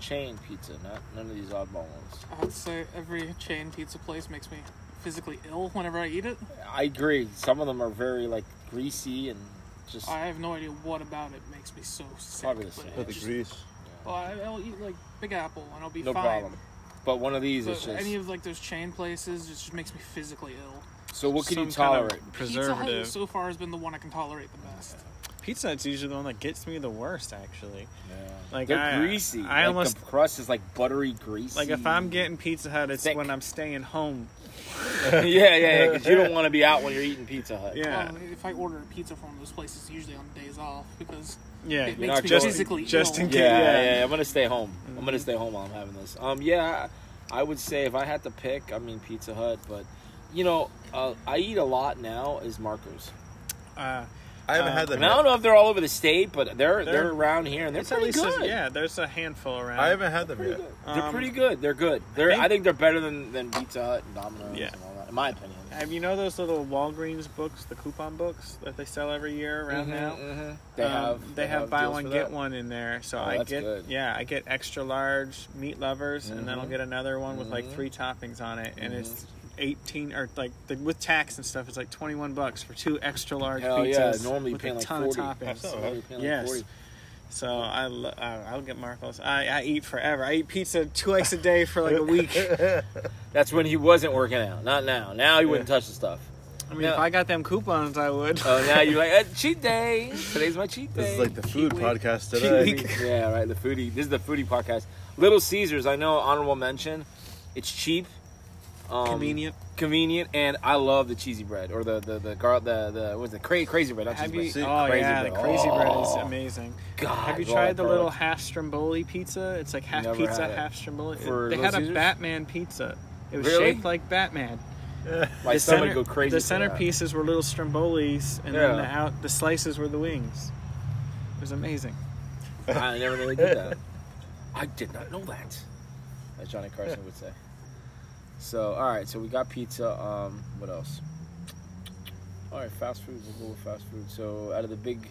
Speaker 2: Chain pizza, not none of these oddball ones.
Speaker 5: I would say every chain pizza place makes me physically ill whenever I eat it.
Speaker 2: I agree. Some of them are very like greasy and just.
Speaker 5: I have no idea what about it makes me so sick.
Speaker 2: Probably the
Speaker 5: but
Speaker 2: same.
Speaker 5: it
Speaker 4: Put the
Speaker 5: just-
Speaker 4: grease.
Speaker 5: Well, I- I'll eat like Big Apple and I'll be
Speaker 2: No
Speaker 5: fine.
Speaker 2: problem. But one of these
Speaker 5: But
Speaker 2: is just.
Speaker 5: any of like those chain places, it just makes me physically ill.
Speaker 2: so what can you
Speaker 3: Some kind of
Speaker 2: tolerate?
Speaker 5: Pizza Hut
Speaker 3: preservative.
Speaker 5: so far has been the one I can tolerate the best.
Speaker 3: Pizza Hut's usually the one that gets me the worst, actually. Like
Speaker 2: They're
Speaker 3: I,
Speaker 2: greasy.
Speaker 3: I
Speaker 2: like
Speaker 3: almost
Speaker 2: the crust is like buttery greasy.
Speaker 3: like if I'm getting Pizza Hut, it's
Speaker 2: Thick.
Speaker 3: when I'm staying home.
Speaker 2: yeah, yeah, yeah. Because you don't want to be out when you're eating Pizza Hut.
Speaker 3: Yeah,
Speaker 5: Well, if I order a pizza from one of those places, usually on days off because
Speaker 3: yeah.
Speaker 5: it
Speaker 2: you're
Speaker 5: makes
Speaker 2: not
Speaker 5: me
Speaker 2: going-
Speaker 5: physically
Speaker 3: just
Speaker 5: ill.
Speaker 2: Yeah,
Speaker 3: in case.
Speaker 2: yeah,
Speaker 3: Yeah. Mm-hmm.
Speaker 2: yeah, I'm gonna stay home. I'm gonna stay home while I'm having this. Um, yeah, I would say if I had to pick, I mean Pizza Hut, but you know, uh, I eat a lot now is Marco's.
Speaker 3: uh,
Speaker 4: I haven't
Speaker 3: Uh,
Speaker 4: had that.
Speaker 2: And I don't
Speaker 4: yet.
Speaker 2: know if they're all over the state, but they're they're,
Speaker 3: They're-
Speaker 2: around here and they're
Speaker 3: it's at
Speaker 2: pretty
Speaker 3: least
Speaker 2: good.
Speaker 3: a, yeah. There's a handful around.
Speaker 4: I haven't had them
Speaker 2: Pretty
Speaker 4: yet.
Speaker 2: good. They're
Speaker 3: Um,
Speaker 2: pretty good. They're good. They're I
Speaker 3: think-
Speaker 2: think, they're better than, than Pizza Hut and Domino's
Speaker 3: Yeah.
Speaker 2: and all that, in my opinion.
Speaker 3: Have you know those little Walgreens books, the coupon books that they sell every year around
Speaker 2: Mhm,
Speaker 3: now?
Speaker 2: mhm. They
Speaker 3: Um,
Speaker 2: have
Speaker 3: they, have, buy
Speaker 2: deals
Speaker 3: one
Speaker 2: for that.
Speaker 3: get one in there. So
Speaker 2: Oh,
Speaker 3: I
Speaker 2: that's
Speaker 3: get
Speaker 2: good.
Speaker 3: yeah, I get extra large meat lovers, and then I'll
Speaker 2: Mhm.
Speaker 3: get another one with like
Speaker 2: Mhm.
Speaker 3: three toppings on it, and
Speaker 2: Mhm.
Speaker 3: it's eighteen or like the, with tax and stuff, it's like twenty one bucks for two extra large
Speaker 2: Hell yeah!
Speaker 3: pizzas.
Speaker 2: Normally you're
Speaker 3: with a
Speaker 2: paying like
Speaker 3: ton
Speaker 2: forty.
Speaker 3: of toppings.
Speaker 4: That's not
Speaker 2: Normally you're paying like
Speaker 3: Yes.
Speaker 2: 40.
Speaker 3: So I lo- uh, I'll get Marcos. I, I eat forever. I eat pizza twice a day for like a week.
Speaker 2: That's when he wasn't working out. Not now. Now he wouldn't touch the stuff.
Speaker 3: I mean,
Speaker 2: Yeah.
Speaker 3: if I got them coupons, I would.
Speaker 2: Oh, now you're like uh, cheat day. Today's my cheat day.
Speaker 4: This is like the
Speaker 2: Cheat
Speaker 4: food
Speaker 2: week.
Speaker 4: podcast
Speaker 2: Yeah,
Speaker 4: today.
Speaker 2: yeah, right. The foodie. This is the foodie podcast. Little Caesars. I know honorable mention. It's cheap. Um,
Speaker 3: Convenient.
Speaker 2: convenient, and I love the cheesy bread or the the the gar- the, the what's the cra- crazy bread. Not
Speaker 3: Have you?
Speaker 2: cheesy bread.
Speaker 3: Oh
Speaker 2: crazy
Speaker 3: yeah,
Speaker 2: bread.
Speaker 3: the crazy bread is
Speaker 2: Oh.
Speaker 3: amazing.
Speaker 2: God,
Speaker 3: Have you
Speaker 2: raw
Speaker 3: tried the
Speaker 2: garlic.
Speaker 3: little half stromboli pizza? It's like half
Speaker 2: Never
Speaker 3: pizza,
Speaker 2: had it.
Speaker 3: half stromboli.
Speaker 2: For
Speaker 3: they
Speaker 2: Little
Speaker 3: had a
Speaker 2: Caesars?
Speaker 3: Batman pizza. It was
Speaker 2: Really?
Speaker 3: shaped like Batman.
Speaker 2: My
Speaker 3: the
Speaker 2: stomach
Speaker 3: center,
Speaker 2: go crazy.
Speaker 3: The
Speaker 2: for that.
Speaker 3: centerpieces were little strombolis, and
Speaker 2: Yeah.
Speaker 3: then the out the slices were the wings. It was amazing.
Speaker 2: I never really did that. I did not know that, as Johnny Carson would say. So, all right. So we got pizza. Um, what else? All right, fast food. We'll go with fast food. So, out of the big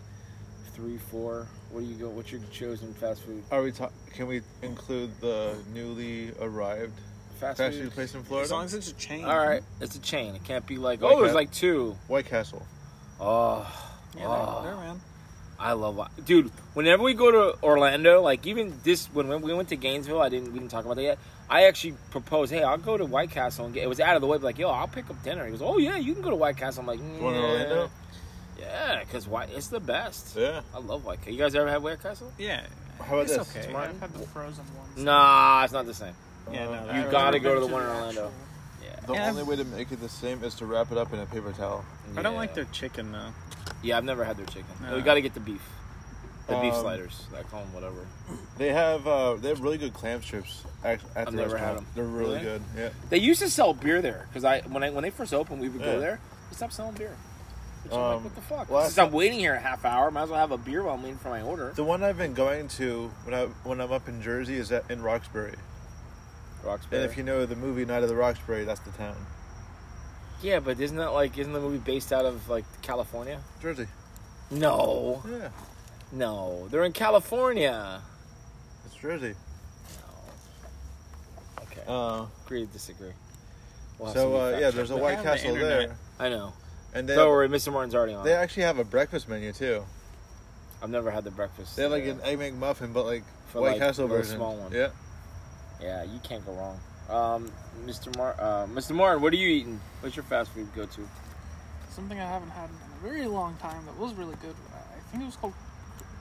Speaker 2: three, four, what do you go? What's your chosen fast food?
Speaker 4: Are we? Ta- can we include the newly arrived
Speaker 2: Fast,
Speaker 4: fast food place in Florida?
Speaker 3: As long as it's a chain.
Speaker 2: All right, it's a chain. It can't be like
Speaker 4: Like
Speaker 2: oh, there's
Speaker 4: that.
Speaker 2: like two.
Speaker 4: White Castle.
Speaker 2: Oh,
Speaker 3: Yeah,
Speaker 2: Oh.
Speaker 3: they're, they're around.
Speaker 2: I love dude. Whenever we go to Orlando, like even this when when we went to Gainesville, I didn't we didn't talk about that yet. I actually proposed, hey, I'll go to White Castle and get. It was out of the way, but like, yo, I'll pick up dinner. He goes, oh yeah, you can go to White Castle. I'm like,
Speaker 4: The one in
Speaker 2: "Nah."
Speaker 4: Orlando.
Speaker 2: Yeah, because White, it's the best.
Speaker 4: Yeah.
Speaker 2: I love White. Castle. You guys ever had White Castle?
Speaker 3: Yeah.
Speaker 4: How about
Speaker 3: It's
Speaker 4: this?
Speaker 3: okay.
Speaker 5: I've had the frozen ones.
Speaker 2: Nah, it's not the same.
Speaker 3: Yeah, no,
Speaker 4: Uh,
Speaker 3: they're-
Speaker 2: You gotta
Speaker 5: I've
Speaker 2: go to
Speaker 5: been
Speaker 2: the one in
Speaker 5: actual-
Speaker 2: Orlando.
Speaker 4: The
Speaker 3: Yeah.
Speaker 4: only way to make it the same is to wrap it up in a paper towel.
Speaker 3: I don't
Speaker 2: Yeah.
Speaker 3: like their chicken though.
Speaker 2: Yeah, I've never had their chicken.
Speaker 3: Nah.
Speaker 2: We gotta get the beef. The beef
Speaker 4: Um,
Speaker 2: sliders. I call them whatever.
Speaker 4: They have uh, they have really good clam strips. At,
Speaker 2: I've
Speaker 4: at the
Speaker 2: never
Speaker 4: restaurant.
Speaker 2: had 'em.
Speaker 4: They're really,
Speaker 2: Really?
Speaker 4: good. Yeah.
Speaker 2: They used to sell beer there because I when I when they first opened, we would
Speaker 4: Yeah.
Speaker 2: go there. They stopped selling beer. Which I'm like,
Speaker 4: Um,
Speaker 2: what the fuck?
Speaker 4: last-
Speaker 2: Since I'm waiting here a half hour, might as well have a beer while I'm waiting for my order.
Speaker 4: The one I've been going to when I when I'm up in Jersey is at, in Roxbury.
Speaker 2: Roxbury.
Speaker 4: And if you know the movie Night of the Roxbury, that's the town.
Speaker 2: yeah, but isn't that like isn't the movie based out of like California?
Speaker 4: Jersey.
Speaker 2: No,
Speaker 4: Yeah.
Speaker 2: no, they're in California.
Speaker 4: It's Jersey.
Speaker 2: Okay,
Speaker 4: Uh,
Speaker 2: agree to disagree. We'll have
Speaker 4: so
Speaker 2: somebody
Speaker 4: uh,
Speaker 2: fact
Speaker 4: yeah,
Speaker 2: check.
Speaker 4: there's a
Speaker 3: They
Speaker 4: White
Speaker 3: have the
Speaker 4: Castle there,
Speaker 3: internet.
Speaker 2: I know.
Speaker 4: and they
Speaker 2: Don't worry, Mr. Martin's already on.
Speaker 4: they
Speaker 2: it.
Speaker 4: actually have a breakfast menu too.
Speaker 2: I've never had the breakfast.
Speaker 4: They have like
Speaker 2: uh,
Speaker 4: an egg McMuffin, but like
Speaker 2: For,
Speaker 4: White
Speaker 2: like,
Speaker 4: Castle
Speaker 2: little
Speaker 4: version.
Speaker 2: small one.
Speaker 4: Yeah.
Speaker 2: yeah, you can't go wrong. Um, Mr. Mar- uh, Mr. Martin, what are you eating? What's your fast food go to?
Speaker 4: Uh-huh.
Speaker 5: Something I haven't had in a very long time that was really good. I think it was called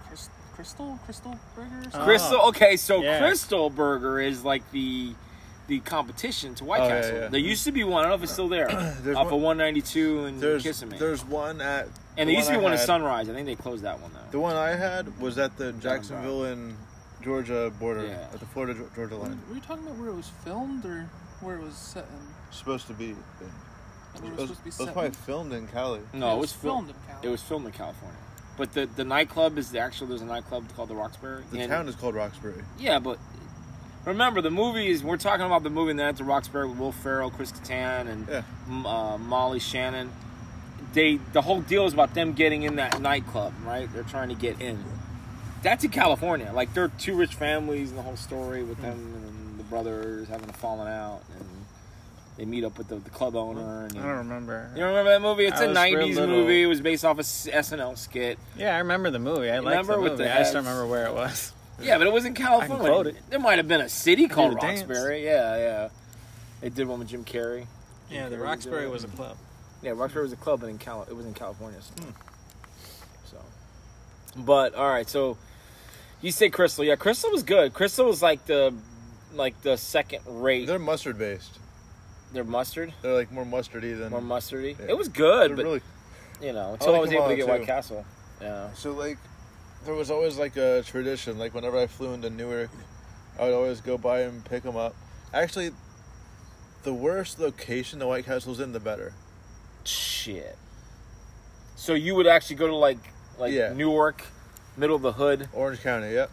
Speaker 5: Crys- Crystal Crystal Burger. or something.
Speaker 3: Uh,
Speaker 2: Crystal. Okay, so
Speaker 3: Yeah.
Speaker 2: Crystal Burger is is like the the competition to White
Speaker 4: Oh, yeah,
Speaker 2: Castle.
Speaker 4: yeah.
Speaker 2: There used to be one. I don't know if it's still there.
Speaker 4: There's
Speaker 2: off
Speaker 4: one-
Speaker 2: of 192 and
Speaker 4: There's
Speaker 2: Kissimmee.
Speaker 4: there's one at
Speaker 2: And
Speaker 4: the
Speaker 2: there used to be
Speaker 4: I
Speaker 2: one at
Speaker 4: had-
Speaker 2: Sunrise. I think they closed that one though.
Speaker 4: The one I had was at the Jacksonville and Georgia border,
Speaker 2: Yeah.
Speaker 4: at the Florida Ge- Georgia
Speaker 5: Were
Speaker 4: line.
Speaker 5: were you talking about where it was filmed or where it was set in?
Speaker 4: Supposed to be.
Speaker 5: Like,
Speaker 4: It
Speaker 5: where it was
Speaker 4: was,
Speaker 5: supposed to be
Speaker 4: it was
Speaker 5: set in?
Speaker 4: probably filmed in Cali.
Speaker 2: no,
Speaker 5: Yeah,
Speaker 2: it was filmed.
Speaker 5: in Cali.
Speaker 2: It was filmed in California. But the the nightclub is the actual. There's a nightclub called the Roxbury.
Speaker 4: The
Speaker 2: and-
Speaker 4: town is called Roxbury.
Speaker 2: Yeah, but remember the movies. We're talking about the movie, and then it's a Roxbury with Will Ferrell, Chris Kattan, and
Speaker 4: Yeah.
Speaker 2: m- uh, Molly Shannon. They the whole deal is about them getting in that nightclub, right? They're trying to get in. That's in California. Like they're two rich families, and the whole story
Speaker 3: Hmm.
Speaker 2: with them and the brothers having a falling out, and they meet up with the, the club owner. And
Speaker 3: I don't remember.
Speaker 2: you don't remember that movie? It's
Speaker 3: I
Speaker 2: a
Speaker 3: was real
Speaker 2: '90s
Speaker 3: little.
Speaker 2: movie. It was based off a s- SNL skit.
Speaker 3: Yeah, I remember the movie. I liked
Speaker 2: Remember
Speaker 3: the
Speaker 2: with
Speaker 3: movie.
Speaker 2: the
Speaker 3: I just don't
Speaker 2: heads?
Speaker 3: remember where it was.
Speaker 2: Yeah, but it was in California.
Speaker 3: quote it.
Speaker 2: There might have been a city called
Speaker 3: the dance.
Speaker 2: Roxbury. Yeah, yeah. They did one with Jim Carrey.
Speaker 3: Yeah, the
Speaker 2: Carrey was
Speaker 3: Roxbury
Speaker 2: there.
Speaker 3: was a club.
Speaker 2: Yeah, Roxbury was a club, but in Cal- it was in California. So.
Speaker 4: Hmm.
Speaker 2: so, but all right. So you say Crystal? Yeah, Crystal was good. Crystal was like the like the second rate. They're,
Speaker 4: They're mustard based.
Speaker 2: mustard,
Speaker 4: They're like more mustardy than.
Speaker 2: more mustardy.
Speaker 4: Yeah.
Speaker 2: It was good,
Speaker 4: they're
Speaker 2: but
Speaker 4: really-
Speaker 2: you know, until I,
Speaker 4: like
Speaker 2: was
Speaker 4: them
Speaker 2: able
Speaker 4: all,
Speaker 2: to get White
Speaker 4: too.
Speaker 2: Castle. Yeah.
Speaker 4: So like, there was always like a tradition. Like whenever I flew into Newark, I would always go by and pick them up. Actually, the worse location the White Castle's in, the better.
Speaker 2: Shit. So you would actually go to like like
Speaker 4: Yeah.
Speaker 2: Newark, middle of the hood.
Speaker 4: Orange County, yeah.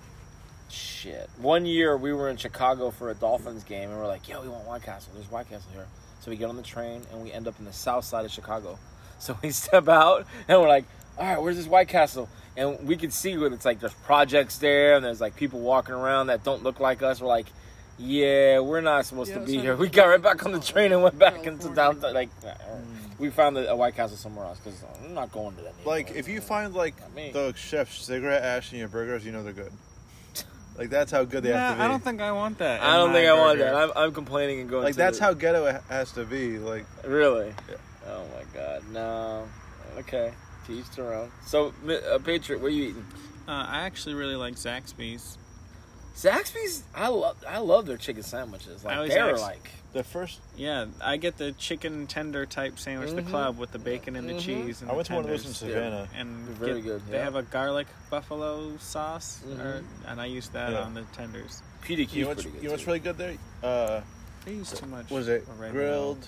Speaker 2: Shit. One year we were in Chicago for a Dolphins game and we're like, yo, we want White Castle. There's White Castle here. So we get on the train and we end up in the south side of Chicago. So we step out and we're like, all right, where's this White Castle? And we could see what it's like. There's projects there and there's like people walking around that don't look like us. We're like, yeah, we're not supposed
Speaker 5: Yeah,
Speaker 2: to be
Speaker 5: so
Speaker 2: here.
Speaker 5: we
Speaker 2: We got right
Speaker 5: went
Speaker 2: back
Speaker 5: to
Speaker 2: on the
Speaker 5: Southern
Speaker 2: train and went back into
Speaker 5: California.
Speaker 2: downtown. Like, nah, alright. we found a a White Castle somewhere else because I'm not going to that.
Speaker 4: Hmm. Like
Speaker 2: neighborhood.
Speaker 4: if you find like
Speaker 2: Not me.
Speaker 4: the chef's cigarette ash in your burgers, you know they're good. Like that's how good they have to be.
Speaker 3: I don't think I want that.
Speaker 2: I don't think I want that. I'm, I'm complaining and going.
Speaker 4: like
Speaker 2: to
Speaker 4: that's
Speaker 2: the-
Speaker 4: how ghetto it has to be. Like
Speaker 2: Really?
Speaker 4: Yeah.
Speaker 2: Oh my god, no. Okay, to each their own. So, mi- uh, Patriot, what are you eating?
Speaker 3: Uh, I actually really like Zaxby's.
Speaker 2: Zaxby's, I love, I love their chicken sandwiches.
Speaker 3: I
Speaker 2: Like
Speaker 3: always
Speaker 2: they're
Speaker 3: ask-
Speaker 2: like,
Speaker 4: The first
Speaker 3: Yeah, I get the chicken tender type sandwich,
Speaker 2: Mm-hmm.
Speaker 3: the club with the bacon and the cheese. And
Speaker 4: I
Speaker 3: the
Speaker 4: went to one of those in
Speaker 3: tenders.
Speaker 4: Savannah.
Speaker 3: and
Speaker 2: Very
Speaker 3: get-
Speaker 2: good,
Speaker 3: They
Speaker 2: yeah. Mm-hmm.
Speaker 3: have a garlic buffalo sauce, or, and I use that
Speaker 4: Yeah.
Speaker 3: on the tenders.
Speaker 2: Peter
Speaker 4: You know
Speaker 2: Q's
Speaker 4: what's,
Speaker 2: pretty good.
Speaker 4: you know what's
Speaker 2: too.
Speaker 4: really good there? Uh,
Speaker 3: They use too much.
Speaker 4: was it
Speaker 3: oregano.
Speaker 4: grilled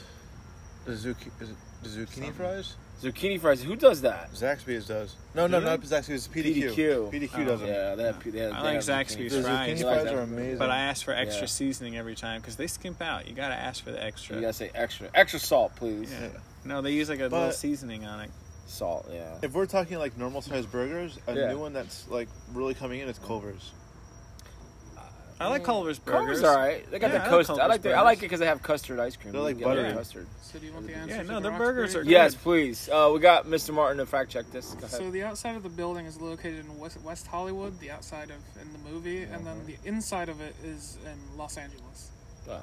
Speaker 4: the zucchini, is it the zucchini fries?
Speaker 2: Zucchini fries. Who does that?
Speaker 4: Zaxby's does. No, no,
Speaker 3: Do
Speaker 4: not Zaxby's. PDQ.
Speaker 2: PDQ.
Speaker 4: PDQ
Speaker 3: Oh,
Speaker 4: does them.
Speaker 2: Yeah, they have, they have,
Speaker 3: I
Speaker 2: they
Speaker 3: like
Speaker 2: have
Speaker 3: Zaxby's
Speaker 4: The
Speaker 2: zucchini.
Speaker 3: fries,
Speaker 2: I
Speaker 4: zucchini
Speaker 2: like
Speaker 4: fries are
Speaker 2: that.
Speaker 4: amazing.
Speaker 3: But I ask for extra
Speaker 2: Yeah.
Speaker 3: seasoning every time because they skimp out. You gotta ask for the extra.
Speaker 2: You gotta say extra, extra salt, please.
Speaker 3: yeah. No, they use like a little
Speaker 4: But-
Speaker 3: seasoning on it.
Speaker 2: Salt, yeah.
Speaker 4: if we're talking like normal sized burgers, a
Speaker 2: Yeah.
Speaker 4: new one that's like really coming in is Culver's.
Speaker 3: I like Culver's burgers.
Speaker 2: Mm. Culver's all right. They got
Speaker 3: Yeah, I
Speaker 2: the
Speaker 3: like
Speaker 2: custard. I
Speaker 3: Culver's
Speaker 2: like, the, I
Speaker 3: burgers.
Speaker 2: like it because they have custard ice cream.
Speaker 4: They're
Speaker 2: You
Speaker 4: like
Speaker 2: can get
Speaker 4: buttery.
Speaker 2: custard.
Speaker 5: So do you want the answer?
Speaker 3: Yeah, no, their burgers are good.
Speaker 2: Yes, please. Uh, we got Mr. Martin to fact check this. Go ahead.
Speaker 5: So the outside of the building is located in West, West Hollywood, the outside of in the movie, and then
Speaker 2: Uh-huh.
Speaker 5: the inside of it is in Los Angeles.
Speaker 2: Wow.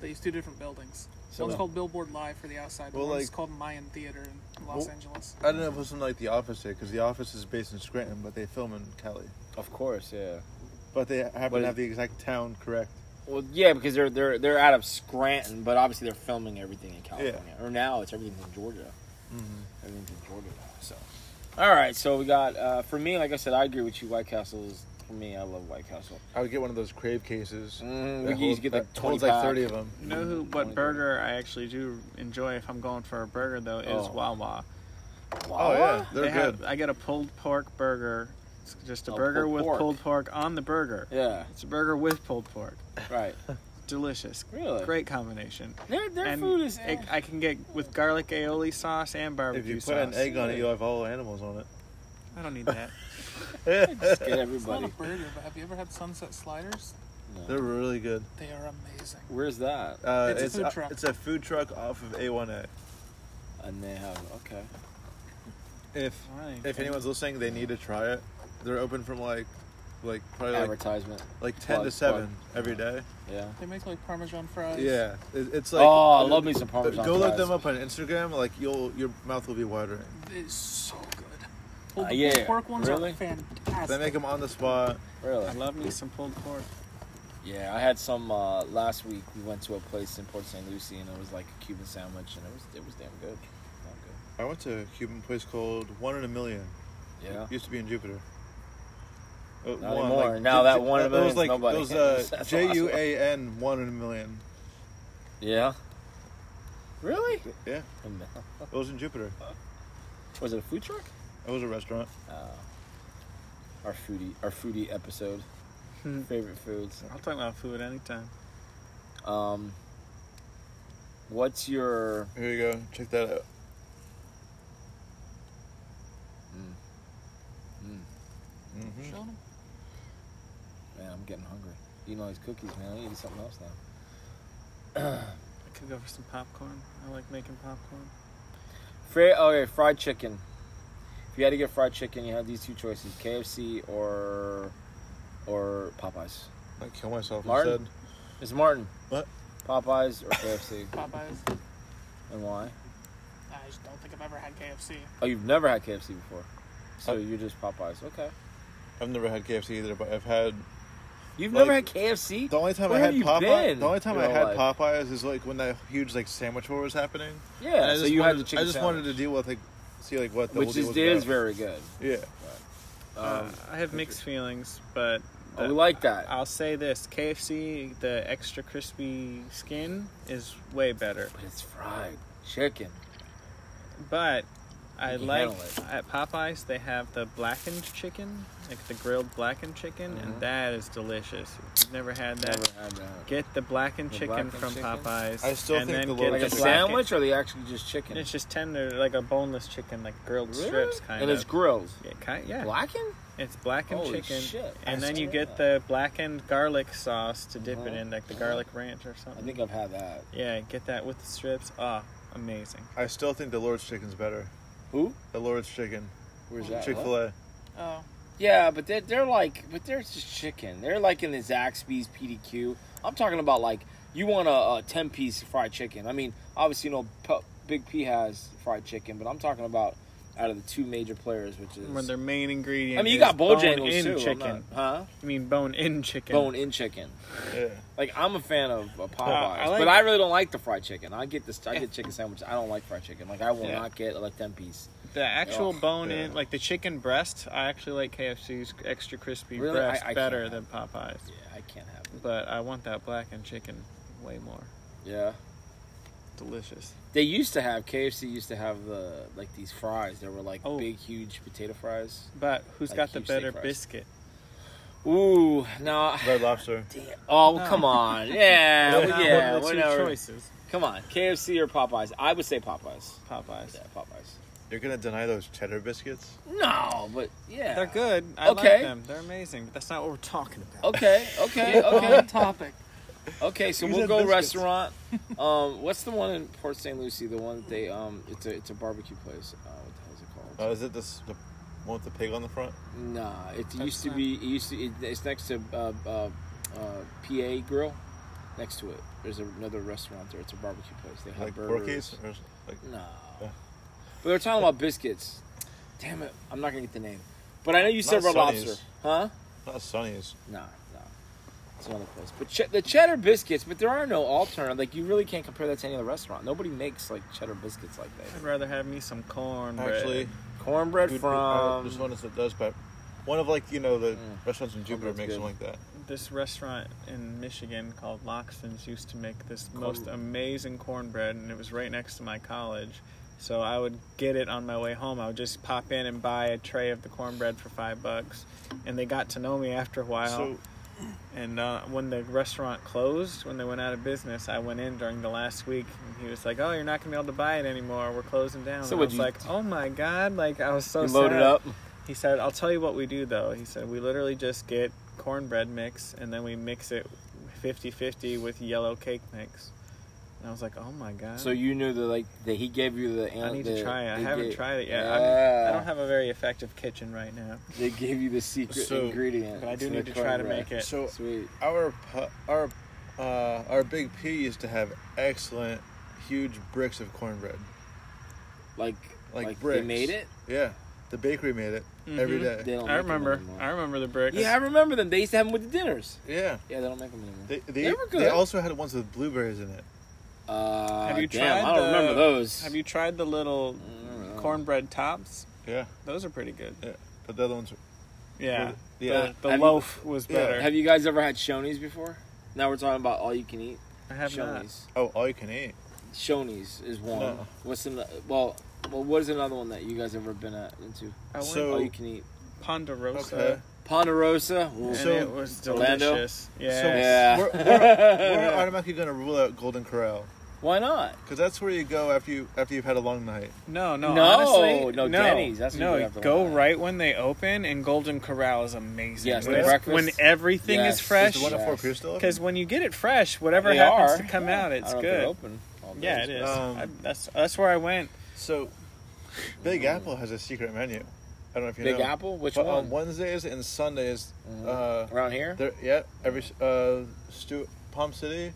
Speaker 5: They use two different buildings.
Speaker 2: So
Speaker 5: one's
Speaker 2: the-
Speaker 5: called Billboard Live for the outside.
Speaker 4: Well,
Speaker 5: one's
Speaker 4: like-
Speaker 5: called Mayan Theater in Los
Speaker 4: Well-
Speaker 5: Angeles.
Speaker 4: I don't know if it's in like The Office here because The Office is based in Scranton, but they film in Cali.
Speaker 2: Of course, yeah.
Speaker 4: But they happen
Speaker 2: What
Speaker 4: to
Speaker 2: is-
Speaker 4: have the exact town correct.
Speaker 2: Well, yeah, because they're they're they're out of Scranton, but obviously they're filming everything in California. Or now it's everything's in Georgia.
Speaker 4: Mm-hmm.
Speaker 2: Everything's in Georgia now. So, all right. So we got uh, for me, like I said, I agree with you. White Castle is for me. I love White Castle.
Speaker 4: I would get one of those crave cases.
Speaker 2: Mm,
Speaker 4: that
Speaker 2: we used to get
Speaker 4: hold-
Speaker 2: like
Speaker 4: that
Speaker 2: 20
Speaker 4: holds like
Speaker 2: pack.
Speaker 4: thirty of them.
Speaker 3: You know who,
Speaker 2: Mm,
Speaker 3: what burger I actually do enjoy if I'm going for a burger though is
Speaker 2: Oh.
Speaker 3: Wawa.
Speaker 4: Oh yeah, they're
Speaker 3: They
Speaker 4: good.
Speaker 3: have- I get a pulled pork burger. It's just a
Speaker 2: Oh,
Speaker 3: burger
Speaker 2: pulled
Speaker 3: with
Speaker 2: pork.
Speaker 3: pulled pork on the burger.
Speaker 2: Yeah.
Speaker 3: It's a burger with pulled pork.
Speaker 2: Right.
Speaker 3: Delicious.
Speaker 2: Really?
Speaker 3: Great combination.
Speaker 2: Their, their
Speaker 3: and
Speaker 2: food is.
Speaker 3: it, I can get with garlic aioli sauce and barbecue
Speaker 4: if you put
Speaker 3: sauce.
Speaker 4: an egg on it, you'll have all animals on it.
Speaker 3: I don't need that.
Speaker 2: just get
Speaker 5: It's not a
Speaker 2: everybody.
Speaker 5: burger, but have you ever had Sunset Sliders?
Speaker 4: They're really good.
Speaker 5: They are amazing.
Speaker 2: Where's that?
Speaker 4: Uh,
Speaker 5: It's a
Speaker 4: it's,
Speaker 5: food
Speaker 4: uh,
Speaker 5: truck.
Speaker 4: it's a food truck off of A1A.
Speaker 2: And they have okay.
Speaker 4: If
Speaker 3: Fine.
Speaker 4: if anyone's listening, they need to try it. They're open from like like probably like,
Speaker 2: Advertisement.
Speaker 4: like ten to
Speaker 2: plug,
Speaker 4: seven every day.
Speaker 2: Yeah.
Speaker 5: They make like Parmesan fries.
Speaker 4: Yeah, it, it's like
Speaker 2: oh, I love me some
Speaker 4: Go
Speaker 2: Parmesan.
Speaker 4: look
Speaker 2: fries.
Speaker 4: them up on Instagram. Like you'll your mouth will be watering.
Speaker 5: It's so good. Well,
Speaker 2: Uh,
Speaker 5: the
Speaker 2: yeah,
Speaker 5: pork ones
Speaker 2: really?
Speaker 5: are fantastic.
Speaker 4: They make them on the spot.
Speaker 2: Really?
Speaker 3: I love me some pulled pork.
Speaker 2: Yeah, I had some uh, last week. We went to a place in Port St. Lucie, and it was like a Cuban sandwich, and it was it was damn good. Damn
Speaker 4: I went to a Cuban place called One in a Million.
Speaker 2: good. Yeah.
Speaker 4: It used to be in Jupiter. Uh,
Speaker 2: Not anymore. Now that one in a
Speaker 4: it
Speaker 2: million's
Speaker 4: was like
Speaker 2: nobody.
Speaker 4: it was
Speaker 2: That's
Speaker 4: uh,
Speaker 2: awesome.
Speaker 4: J U A N one in a million.
Speaker 2: Yeah. Really?
Speaker 4: Yeah, it was in Jupiter.
Speaker 2: Was it a food truck? Oh.
Speaker 4: It was a restaurant.
Speaker 2: Our foodie, our foodie episode. Favorite foods.
Speaker 3: I'll talk about food anytime.
Speaker 2: Um. What's your?
Speaker 4: Here you go. Check that out. Mm. Mm-hmm.
Speaker 5: Showing 'em.
Speaker 2: Man, I'm getting hungry. Eating all these cookies, man. I need to eat something else now.
Speaker 3: I could go for some popcorn. I like making popcorn.
Speaker 2: Fra- okay, fried chicken. If you had to get fried chicken, you have these two choices: KFC or or Popeyes.
Speaker 4: I kill myself
Speaker 2: Martin?
Speaker 4: instead.
Speaker 2: Ms. Martin.
Speaker 4: What?
Speaker 2: Popeyes or KFC,
Speaker 5: Popeyes.
Speaker 2: and why?
Speaker 5: I just don't think I've ever had KFC.
Speaker 2: Oh, you've never had KFC before, so
Speaker 4: Uh,
Speaker 2: you're just Popeyes. Okay.
Speaker 4: I've never had KFC either, but I've had
Speaker 2: You've
Speaker 4: Like-
Speaker 2: never had KFC.
Speaker 4: the only time
Speaker 2: Where
Speaker 4: I had
Speaker 2: have you
Speaker 4: Popeyes.
Speaker 2: been
Speaker 4: The only time
Speaker 2: your
Speaker 4: I had
Speaker 2: whole life?
Speaker 4: Popeyes is like when that huge like sandwich war was happening. And
Speaker 2: Yeah.
Speaker 4: I
Speaker 2: So
Speaker 4: just
Speaker 2: you had
Speaker 4: wanted-
Speaker 2: the chicken.
Speaker 4: I just wanted to deal with like see like what the whole
Speaker 2: which
Speaker 4: deal
Speaker 2: is,
Speaker 4: was
Speaker 2: is
Speaker 4: about.
Speaker 2: very good.
Speaker 4: yeah. Um,
Speaker 3: Uh, I have mixed feelings, but
Speaker 2: Oh, Um, we
Speaker 3: the-
Speaker 2: like that.
Speaker 3: I'll say this: KFC, the extra crispy skin is way better.
Speaker 2: But it's fried chicken.
Speaker 3: But I
Speaker 2: You can
Speaker 3: like
Speaker 2: handle it.
Speaker 3: at Popeyes they have the blackened chicken, like the grilled blackened chicken, and that is delicious. If you've never had that,
Speaker 2: Mm-hmm. Never had that.
Speaker 3: get the blackened
Speaker 2: The
Speaker 3: chicken
Speaker 2: blackened
Speaker 3: from
Speaker 2: chicken?
Speaker 3: Popeyes.
Speaker 4: I still
Speaker 3: and
Speaker 4: think
Speaker 3: then
Speaker 4: the
Speaker 3: get
Speaker 4: Like
Speaker 2: Like
Speaker 4: a
Speaker 2: a
Speaker 4: chicken.
Speaker 2: sandwich, or they actually just chicken?
Speaker 3: It's just tender, like a boneless chicken, like grilled
Speaker 2: Really?
Speaker 3: strips, kind
Speaker 2: and
Speaker 3: of.
Speaker 2: it's grilled.
Speaker 3: yeah, kind, yeah.
Speaker 2: Blackened?
Speaker 3: It's blackened
Speaker 2: Holy
Speaker 3: chicken,
Speaker 2: shit.
Speaker 3: and
Speaker 2: I
Speaker 3: then you
Speaker 2: saw
Speaker 3: get
Speaker 2: that.
Speaker 3: the blackened garlic sauce to dip it
Speaker 2: Uh-huh.
Speaker 3: in, like the garlic ranch or something.
Speaker 2: I think I've had that.
Speaker 3: Yeah, get that with the strips. Ah, amazing.
Speaker 4: I still think the Lord's chicken's better.
Speaker 2: Who?
Speaker 4: The Lord's chicken.
Speaker 2: Where's that?
Speaker 4: Chick Fil A.
Speaker 5: Oh,
Speaker 2: Yeah, but they're, they're like, but they're just chicken. They're like in the Zaxby's PDQ. I'm talking about like you want a, a ten piece fried chicken. I mean, obviously, you know, P- Big P has fried chicken, but I'm talking about out of the two major players, which is.
Speaker 3: When their main ingredient.
Speaker 2: I mean, you
Speaker 3: is
Speaker 2: got
Speaker 3: bone
Speaker 2: Bojangles
Speaker 3: in
Speaker 2: too. I'm
Speaker 3: chicken.
Speaker 2: not- huh?
Speaker 3: I mean, bone in chicken.
Speaker 2: Bone in chicken.
Speaker 4: Yeah.
Speaker 2: Like I'm a fan of uh, Popeyes,
Speaker 3: I like-
Speaker 2: but I really don't like the fried chicken. I get this. I get chicken sandwich. I don't like fried chicken. Like I will
Speaker 3: Yeah.
Speaker 2: not get like ten piece.
Speaker 3: The actual
Speaker 2: Ugh.
Speaker 3: bone in,
Speaker 4: Yeah.
Speaker 3: like the chicken breast, I actually like KFC's extra crispy
Speaker 2: Really?
Speaker 3: breast
Speaker 2: I- I
Speaker 3: better than
Speaker 2: can't.
Speaker 3: Popeyes.
Speaker 2: Yeah, I can't have it.
Speaker 3: But I want that blackened chicken way more.
Speaker 2: Yeah.
Speaker 3: Delicious.
Speaker 2: They used to have KFC used to have the like these fries. They were like
Speaker 3: Oh.
Speaker 2: big, huge potato fries.
Speaker 3: But who's
Speaker 2: Like
Speaker 3: got the
Speaker 2: huge steak
Speaker 3: better
Speaker 2: fries.
Speaker 3: biscuit?
Speaker 2: Ooh, no.
Speaker 4: Red Lobster.
Speaker 2: Oh, come on. Yeah,
Speaker 3: Not
Speaker 2: Oh, yeah,
Speaker 3: one of the two
Speaker 2: whatever.
Speaker 3: choices.
Speaker 2: Come on, KFC or Popeyes? I would say Popeyes.
Speaker 3: Popeyes.
Speaker 2: Yeah, Popeyes.
Speaker 4: You're gonna deny those cheddar biscuits?
Speaker 2: No, but yeah.
Speaker 3: They're good. I like
Speaker 2: Okay.
Speaker 3: them. They're amazing. But that's not what we're talking about.
Speaker 2: Okay, okay,
Speaker 5: On
Speaker 2: okay,
Speaker 5: topic.
Speaker 2: okay. So
Speaker 4: You
Speaker 2: we'll
Speaker 4: said
Speaker 2: go
Speaker 4: biscuits.
Speaker 2: restaurant. Um, what's the one in Port St. Lucie? The one that they um, it's a it's a barbecue place. Uh, what the hell is it
Speaker 4: Oh,
Speaker 2: called?
Speaker 4: is it this the one with the pig on the front?
Speaker 2: nah, it used to
Speaker 3: not-
Speaker 2: be. It used to. It, it's next to uh, uh, uh, PA Grill. Next to it, there's another restaurant there. It's a barbecue place. They have
Speaker 4: Like
Speaker 2: burgers.
Speaker 4: porkies? Or s- like
Speaker 2: No.
Speaker 4: Yeah.
Speaker 2: But we were talking about biscuits. Damn it, I'm not gonna get the name. But I know you said Red
Speaker 4: Not Sonny's.
Speaker 2: Lobster, huh?
Speaker 4: not Sonny's.
Speaker 2: No, no, it's another place. But ch- the cheddar biscuits, but there are no alternative. Like you really can't compare that to any other restaurant. Nobody makes like cheddar biscuits like
Speaker 3: I'd
Speaker 2: that.
Speaker 3: rather have me some cornbread.
Speaker 4: Actually,
Speaker 2: Cornbread
Speaker 4: Jupiter- uh,
Speaker 2: from
Speaker 4: there's one that does, but one of like you know the
Speaker 2: Mm.
Speaker 4: restaurants in Jupiter
Speaker 2: that's
Speaker 4: makes
Speaker 2: good.
Speaker 4: them like that.
Speaker 3: this restaurant in Michigan called Loxton's used to make this
Speaker 2: Corn-
Speaker 3: most amazing cornbread, and it was right next to my college. So I would get it on my way home. I would just pop in and buy a tray of the cornbread for five bucks, and they got to know me after a while.
Speaker 4: So
Speaker 3: and uh, when the restaurant closed, when they went out of business, I went in during the last week, and he was like, "Oh, you're not gonna be able to buy it anymore. We're closing down."
Speaker 2: So
Speaker 3: and I
Speaker 2: what'd
Speaker 3: was
Speaker 2: you
Speaker 3: like, "Oh my god!" Like I was so
Speaker 2: you loaded
Speaker 3: sad.
Speaker 2: up.
Speaker 3: He said, I'll tell you what we do though. He said, we literally just get cornbread mix and then we mix it 50 50 with yellow cake mix. And I was like, oh my God.
Speaker 2: So you knew that like that he gave you the.
Speaker 3: I need to try it. I
Speaker 2: they
Speaker 3: haven't
Speaker 2: gave-
Speaker 3: tried it yet. I, mean, I
Speaker 2: Yeah.
Speaker 3: don't have a very effective kitchen right now,
Speaker 2: They gave you the secret
Speaker 4: So-
Speaker 2: ingredient.
Speaker 3: but I do
Speaker 2: the
Speaker 3: need to try to
Speaker 2: cornbread.
Speaker 3: make it.
Speaker 4: so
Speaker 2: Sweet.
Speaker 4: our pu- our uh, our big P used to have excellent huge bricks of cornbread.
Speaker 2: Like
Speaker 4: Like
Speaker 2: like they
Speaker 4: bricks.
Speaker 2: made it. Mm-hmm.
Speaker 4: Yeah, the bakery made it every
Speaker 3: Mhm.
Speaker 4: day.
Speaker 2: They don't
Speaker 3: I
Speaker 2: make them
Speaker 3: remember.
Speaker 2: anymore.
Speaker 3: I remember the bricks.
Speaker 2: Yeah, I remember them. They used to have them with the dinners.
Speaker 4: yeah,
Speaker 2: Yeah, they don't make them anymore.
Speaker 4: they they,
Speaker 2: They were
Speaker 4: they
Speaker 2: good.
Speaker 4: also had ones with blueberries in it.
Speaker 2: uh,
Speaker 3: Have you
Speaker 2: damn,
Speaker 3: tried
Speaker 2: I don't
Speaker 3: the-
Speaker 2: remember those.
Speaker 3: Have you tried the little
Speaker 2: Mm.
Speaker 3: Oh. cornbread tops?
Speaker 4: Yeah,
Speaker 3: Those are pretty good.
Speaker 4: but the other ones.
Speaker 3: Yeah.
Speaker 4: Yeah,
Speaker 3: The, the
Speaker 2: Have you-
Speaker 3: loaf was
Speaker 4: Yeah.
Speaker 3: better.
Speaker 2: Have you guys ever had Shoney's before? Now we're talking about all you can eat.
Speaker 3: I have not.
Speaker 2: Shoney's.
Speaker 4: oh, all you can eat.
Speaker 2: Shoney's is one.
Speaker 4: No.
Speaker 2: What's in the well? Well, what is another one that you guys ever been at into?
Speaker 3: I went
Speaker 4: So-
Speaker 2: all you can eat.
Speaker 3: Ponderosa.
Speaker 4: Okay.
Speaker 2: Ponderosa. Ooh.
Speaker 3: And
Speaker 4: So-
Speaker 3: it was
Speaker 2: Orlando?
Speaker 3: delicious. Yeah.
Speaker 4: So
Speaker 2: Yeah.
Speaker 4: we're, we're, we're automatically gonna rule out Golden Corral
Speaker 2: Why not?
Speaker 4: because that's where you go after you after you've had a long night.
Speaker 3: No, no,
Speaker 2: No,
Speaker 3: honestly,
Speaker 2: no,
Speaker 3: no,
Speaker 2: Denny's, that's what
Speaker 3: no.
Speaker 2: you have to
Speaker 3: go
Speaker 2: learn.
Speaker 3: right when they open, and Golden Corral is amazing.
Speaker 2: Yes,
Speaker 3: when,
Speaker 4: the
Speaker 3: it's-
Speaker 2: breakfast.
Speaker 3: when everything
Speaker 2: Yes.
Speaker 3: is
Speaker 4: Is
Speaker 3: fresh,
Speaker 4: the one at
Speaker 2: Yes.
Speaker 4: Fort Pierce still open?
Speaker 3: because when you get it fresh, whatever
Speaker 2: They
Speaker 3: happens
Speaker 2: are.
Speaker 3: to come
Speaker 2: Yeah.
Speaker 3: out,
Speaker 2: I don't
Speaker 3: it's
Speaker 2: know if they're
Speaker 3: good.
Speaker 2: Open. all
Speaker 3: Yeah,
Speaker 2: days,
Speaker 3: it is.
Speaker 2: but-
Speaker 4: Um,
Speaker 3: I, that's that's where I went.
Speaker 4: So, Big Apple has a secret menu. I don't know if you
Speaker 2: Big
Speaker 4: know.
Speaker 2: Apple. Which
Speaker 4: But
Speaker 2: one?
Speaker 4: on Wednesdays and Sundays, uh,
Speaker 2: Around here.
Speaker 4: there, yeah, every uh, Stu- Palm City,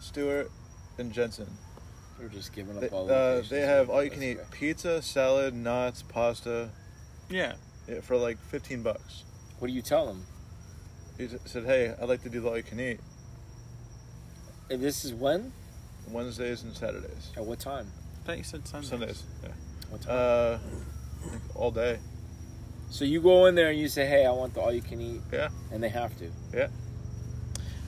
Speaker 4: Stewart, and Jensen.
Speaker 2: We're just giving up
Speaker 4: They,
Speaker 2: all.
Speaker 4: uh, they have all you can eat
Speaker 2: That's okay.
Speaker 4: pizza, salad, nuts, pasta
Speaker 3: Yeah,
Speaker 4: yeah, for like fifteen bucks.
Speaker 2: What do you tell them?
Speaker 4: You just said, "Hey, I'd like to do the all you can eat
Speaker 2: And this is when?
Speaker 4: Wednesdays and Saturdays,
Speaker 2: At what time?
Speaker 3: I thought you said Sundays.
Speaker 4: Sundays,
Speaker 2: What
Speaker 4: yeah.
Speaker 2: time?
Speaker 4: uh, like all day."
Speaker 2: so you go in there and you say, "Hey, I want the all you can eat."
Speaker 4: Yeah.
Speaker 2: And they have to.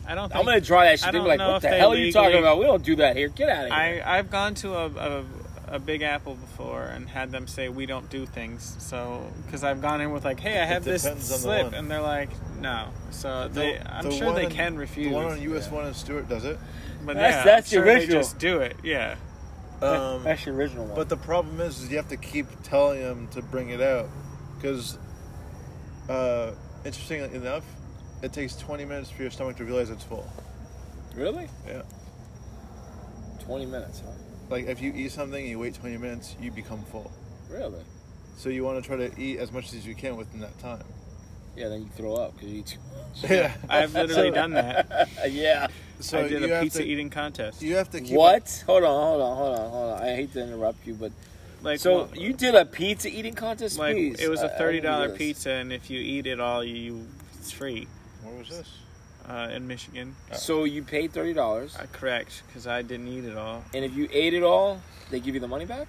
Speaker 3: I don't. Think,
Speaker 2: I'm gonna try that shit.
Speaker 3: I
Speaker 2: They'll be
Speaker 3: don't
Speaker 2: like,
Speaker 3: know
Speaker 2: "What
Speaker 3: if
Speaker 2: the
Speaker 3: they
Speaker 2: hell are you talking
Speaker 3: legally-
Speaker 2: about? We don't do that here. Get out of here."
Speaker 3: I I've gone to a, a a Big Apple before and had them say we don't do things. So because I've gone in with like, hey, I have this
Speaker 4: depends on the
Speaker 3: slip,
Speaker 4: one.
Speaker 3: and they're like, no. So Uh,
Speaker 4: The-
Speaker 3: they, I'm
Speaker 4: the
Speaker 3: sure they
Speaker 4: one-
Speaker 3: can refuse.
Speaker 4: The one on US
Speaker 2: Yeah.
Speaker 4: One in Stewart does it.
Speaker 3: but
Speaker 2: That's-
Speaker 3: yeah,
Speaker 2: that's the
Speaker 3: I'm sure they
Speaker 2: original.
Speaker 3: just do it. Yeah.
Speaker 4: Um,
Speaker 2: That's the original one.
Speaker 4: But the problem is, is you have to keep telling them to bring it out, because, uh, interestingly enough, it takes 20 minutes for your stomach to realize it's full.
Speaker 2: really?
Speaker 4: Yeah.
Speaker 2: Twenty minutes, huh?
Speaker 4: Like if you eat something and you wait 20 minutes, you become full.
Speaker 2: Really?
Speaker 4: So you want to try to eat as much as you can within that time.
Speaker 2: Yeah. Then you throw up because you eat. Too-
Speaker 4: Yeah.
Speaker 3: I've literally done that.
Speaker 2: yeah.
Speaker 4: So
Speaker 3: I did
Speaker 4: you
Speaker 3: a
Speaker 4: have
Speaker 3: pizza
Speaker 4: to,
Speaker 3: eating contest.
Speaker 4: You have to keep
Speaker 2: What? Hold on. Hold on. Hold on. Hold on. I hate to interrupt you, but
Speaker 3: Like
Speaker 2: So
Speaker 3: well,
Speaker 2: you did a pizza eating contest.
Speaker 3: like
Speaker 2: Please,
Speaker 3: it was a
Speaker 2: I- I
Speaker 3: thirty dollar
Speaker 2: wanna do this.
Speaker 3: pizza, and if you eat it all, you, you it's free
Speaker 4: Where was this?
Speaker 3: uh, in Michigan.
Speaker 2: So you paid thirty dollars,
Speaker 3: Uh, correct, because I didn't eat it all.
Speaker 2: and if you ate it all, they give you the money back.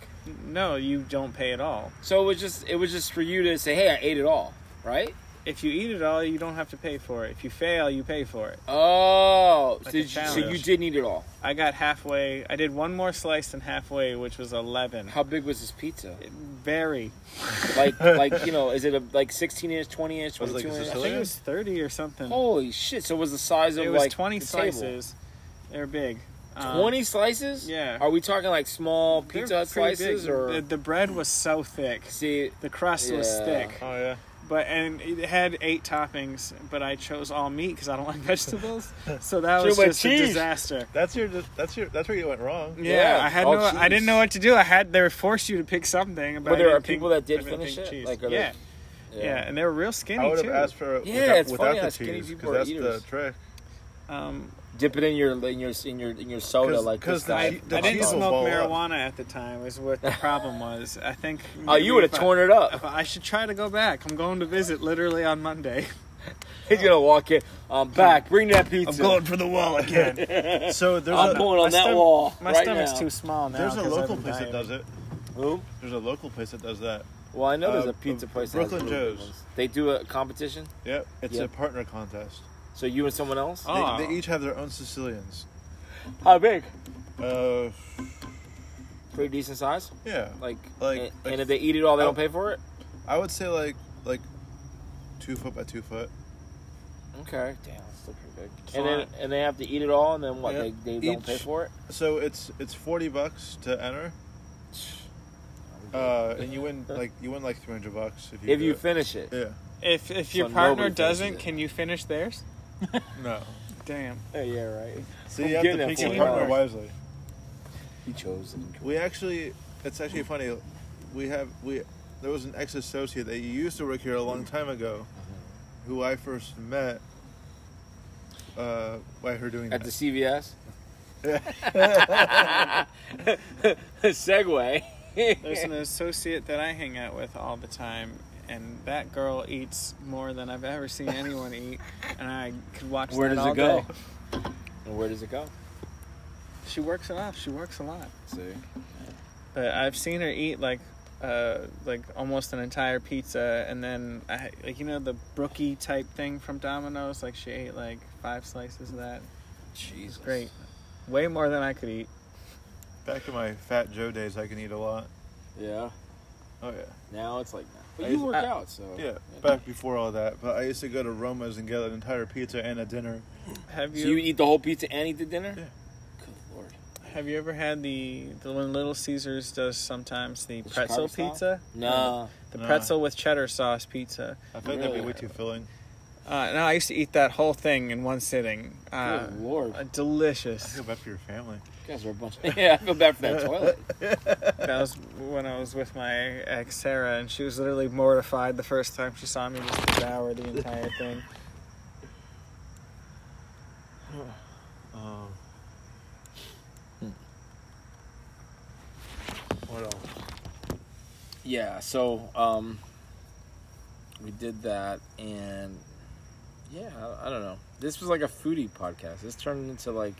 Speaker 3: No, you don't pay at all.
Speaker 2: So it was just it was just for you to say, hey, I ate it all, right?
Speaker 3: If you eat it all, you don't have to pay for it. If you fail, you pay for it.
Speaker 2: Oh,
Speaker 3: Like
Speaker 2: did
Speaker 3: a
Speaker 2: you- so
Speaker 3: challenge.
Speaker 2: you did eat it all.
Speaker 3: I got halfway. I did one more slice than halfway, which was eleven.
Speaker 2: How big was this pizza?
Speaker 3: Very.
Speaker 2: Like like you know, is it a like sicteen inch, twenty inch,
Speaker 4: Was it
Speaker 2: twenty
Speaker 4: like
Speaker 2: two
Speaker 3: I
Speaker 4: a
Speaker 2: inch?
Speaker 4: Sicilian?
Speaker 3: think it was thirty or something.
Speaker 2: Holy shit! So it was the size of
Speaker 3: it was
Speaker 2: like
Speaker 3: twenty
Speaker 2: the table.
Speaker 3: slices. They're big. Um,
Speaker 2: Twenty slices?
Speaker 3: yeah.
Speaker 2: Are we talking like small
Speaker 3: they're
Speaker 2: pizza Hut
Speaker 3: pretty
Speaker 2: slices
Speaker 3: big.
Speaker 2: or
Speaker 3: the, the bread was so thick.
Speaker 2: see?
Speaker 3: The crust was
Speaker 2: Yeah.
Speaker 3: thick,
Speaker 4: Oh yeah.
Speaker 3: but and it had eight toppings. But I chose all meat because I don't like vegetables, so that
Speaker 2: Too
Speaker 3: was
Speaker 2: much
Speaker 3: just a
Speaker 2: cheese.
Speaker 3: disaster.
Speaker 4: That's your. That's your. That's where you went wrong.
Speaker 3: Yeah,
Speaker 2: Yeah,
Speaker 3: I had
Speaker 2: all
Speaker 3: no, I didn't
Speaker 2: cheese.
Speaker 3: know what to do. I had they were forced you to pick something. But,
Speaker 2: But there are
Speaker 3: I didn't
Speaker 2: people that
Speaker 3: pick-
Speaker 2: did
Speaker 3: I didn't
Speaker 2: finish
Speaker 3: pick
Speaker 2: it?
Speaker 3: cheese.
Speaker 2: Like, are they-
Speaker 3: yeah, yeah, and they were real skinny
Speaker 4: I would have
Speaker 3: too.
Speaker 4: asked for it
Speaker 2: Yeah,
Speaker 4: without,
Speaker 2: it's
Speaker 4: without
Speaker 2: funny how
Speaker 4: the
Speaker 2: skinny
Speaker 4: cheese
Speaker 2: people are
Speaker 4: because that's
Speaker 2: eaters.
Speaker 4: the trick.
Speaker 3: um,
Speaker 2: Dip it in your in your in your in your soda
Speaker 4: 'Cause-
Speaker 2: like
Speaker 4: 'cause
Speaker 2: this
Speaker 4: the
Speaker 2: guy.
Speaker 3: I,
Speaker 4: cheese- the
Speaker 3: I didn't
Speaker 4: cheese will
Speaker 3: smoke
Speaker 4: ball up.
Speaker 3: marijuana at the time. Is what the problem was. I think.
Speaker 2: Oh, you would have torn it up.
Speaker 3: I should try to go back. I'm going to visit literally on Monday.
Speaker 2: He's gonna walk in. I'm back. Bring that pizza.
Speaker 4: for the wall again. so there's
Speaker 2: I'm
Speaker 4: a
Speaker 2: pulling on
Speaker 3: My
Speaker 2: that
Speaker 3: stom-
Speaker 2: wall.
Speaker 3: My
Speaker 2: right
Speaker 3: stomach's
Speaker 2: now.
Speaker 3: too small now.
Speaker 4: there's a
Speaker 3: 'cause I've
Speaker 4: local
Speaker 3: been
Speaker 4: place that
Speaker 3: dieting.
Speaker 4: does it.
Speaker 2: Who?
Speaker 4: There's a local place that does that.
Speaker 2: Well, I know there's
Speaker 4: Uh,
Speaker 2: a pizza
Speaker 4: uh,
Speaker 2: place. that
Speaker 4: Brooklyn
Speaker 2: has little
Speaker 4: Joe's.
Speaker 2: ones. They do a competition.
Speaker 4: Yep. It's
Speaker 2: Yep. Ah.
Speaker 4: a partner contest.
Speaker 2: So you and someone else.
Speaker 3: Oh.
Speaker 4: They, they each have their own Sicilians.
Speaker 2: How big?
Speaker 4: Uh,
Speaker 2: Pretty decent size.
Speaker 4: yeah.
Speaker 2: Like,
Speaker 4: Like-
Speaker 2: and,
Speaker 4: like-
Speaker 2: and if they eat it all, they
Speaker 4: Oh.
Speaker 2: don't pay for it.
Speaker 4: I would say like like two foot by two foot.
Speaker 2: Okay. Damn, that's still pretty big.
Speaker 3: It's
Speaker 2: And
Speaker 3: a
Speaker 2: then
Speaker 3: lot.
Speaker 2: and they have to eat it all, and then what?
Speaker 4: Yeah.
Speaker 2: They, they don't pay
Speaker 4: Each-
Speaker 2: for it.
Speaker 4: So it's it's forty bucks to enter, uh, and you win like you win like three hundred bucks if you
Speaker 2: If
Speaker 4: do
Speaker 2: you
Speaker 4: it.
Speaker 2: finish it.
Speaker 4: yeah
Speaker 3: If if your
Speaker 2: So
Speaker 3: partner
Speaker 2: nobody finishes
Speaker 3: doesn't,
Speaker 2: it.
Speaker 3: can you finish theirs?
Speaker 4: no.
Speaker 3: Damn.
Speaker 2: Yeah, Oh, yeah right.
Speaker 4: So
Speaker 2: I'm
Speaker 4: you have
Speaker 2: getting
Speaker 4: to
Speaker 2: that
Speaker 4: pick your
Speaker 2: $40.
Speaker 4: partner wisely.
Speaker 2: He chose.
Speaker 4: We actually, it's actually funny. We have we there was an ex associate that used to work here a long time ago, who I first met uh, by her doing
Speaker 2: At the
Speaker 4: that.
Speaker 2: CVS. Segway.
Speaker 3: There's an associate that I hang out with all the time, and that girl eats more than I've ever seen anyone eat, and I could watch.
Speaker 2: Where
Speaker 3: that
Speaker 2: does
Speaker 3: all
Speaker 2: it go?
Speaker 3: day.
Speaker 2: And where does it go?
Speaker 3: She works it off. She works a lot.
Speaker 2: See.
Speaker 3: But I've seen her eat like, uh, like almost an entire pizza, and then I, like you know the brookie type thing from Domino's. Like she ate like five slices of that.
Speaker 2: Jesus.
Speaker 3: Great, way more than I could eat.
Speaker 4: Back in my Fat Joe days, I can eat a lot.
Speaker 2: Yeah.
Speaker 4: Oh yeah,
Speaker 2: Now it's like. But
Speaker 4: I
Speaker 2: you
Speaker 4: used-
Speaker 2: work
Speaker 4: I-
Speaker 2: out, so.
Speaker 4: Oh, yeah. Back before all that, but I used to go to Roma's and get an entire pizza and a dinner.
Speaker 3: Have
Speaker 2: So you eat the whole pizza and eat the dinner?
Speaker 4: Yeah.
Speaker 2: Good lord.
Speaker 3: Have you ever had the the when Little Caesars does sometimes the,
Speaker 2: The
Speaker 3: pretzel
Speaker 2: Chicago style?
Speaker 3: pizza,
Speaker 2: No.
Speaker 3: the
Speaker 4: No.
Speaker 3: pretzel with cheddar sauce pizza?
Speaker 4: I feel like that'd be
Speaker 2: Really?
Speaker 4: way too filling.
Speaker 3: Uh, no, I used to eat that whole thing in one sitting. Uh,
Speaker 2: Good lord.
Speaker 3: uh,
Speaker 4: I
Speaker 3: delicious.
Speaker 4: feel bad for your family.
Speaker 2: You guys are a bunch of. yeah, I feel bad for that toilet.
Speaker 3: that was when I was with my ex Sarah, and she was literally mortified the first time she saw me just devour the entire thing.
Speaker 4: Um, Hmm. what else?
Speaker 2: Yeah, so um, we did that, and yeah, I, I don't know. This was like a foodie podcast. This turned into like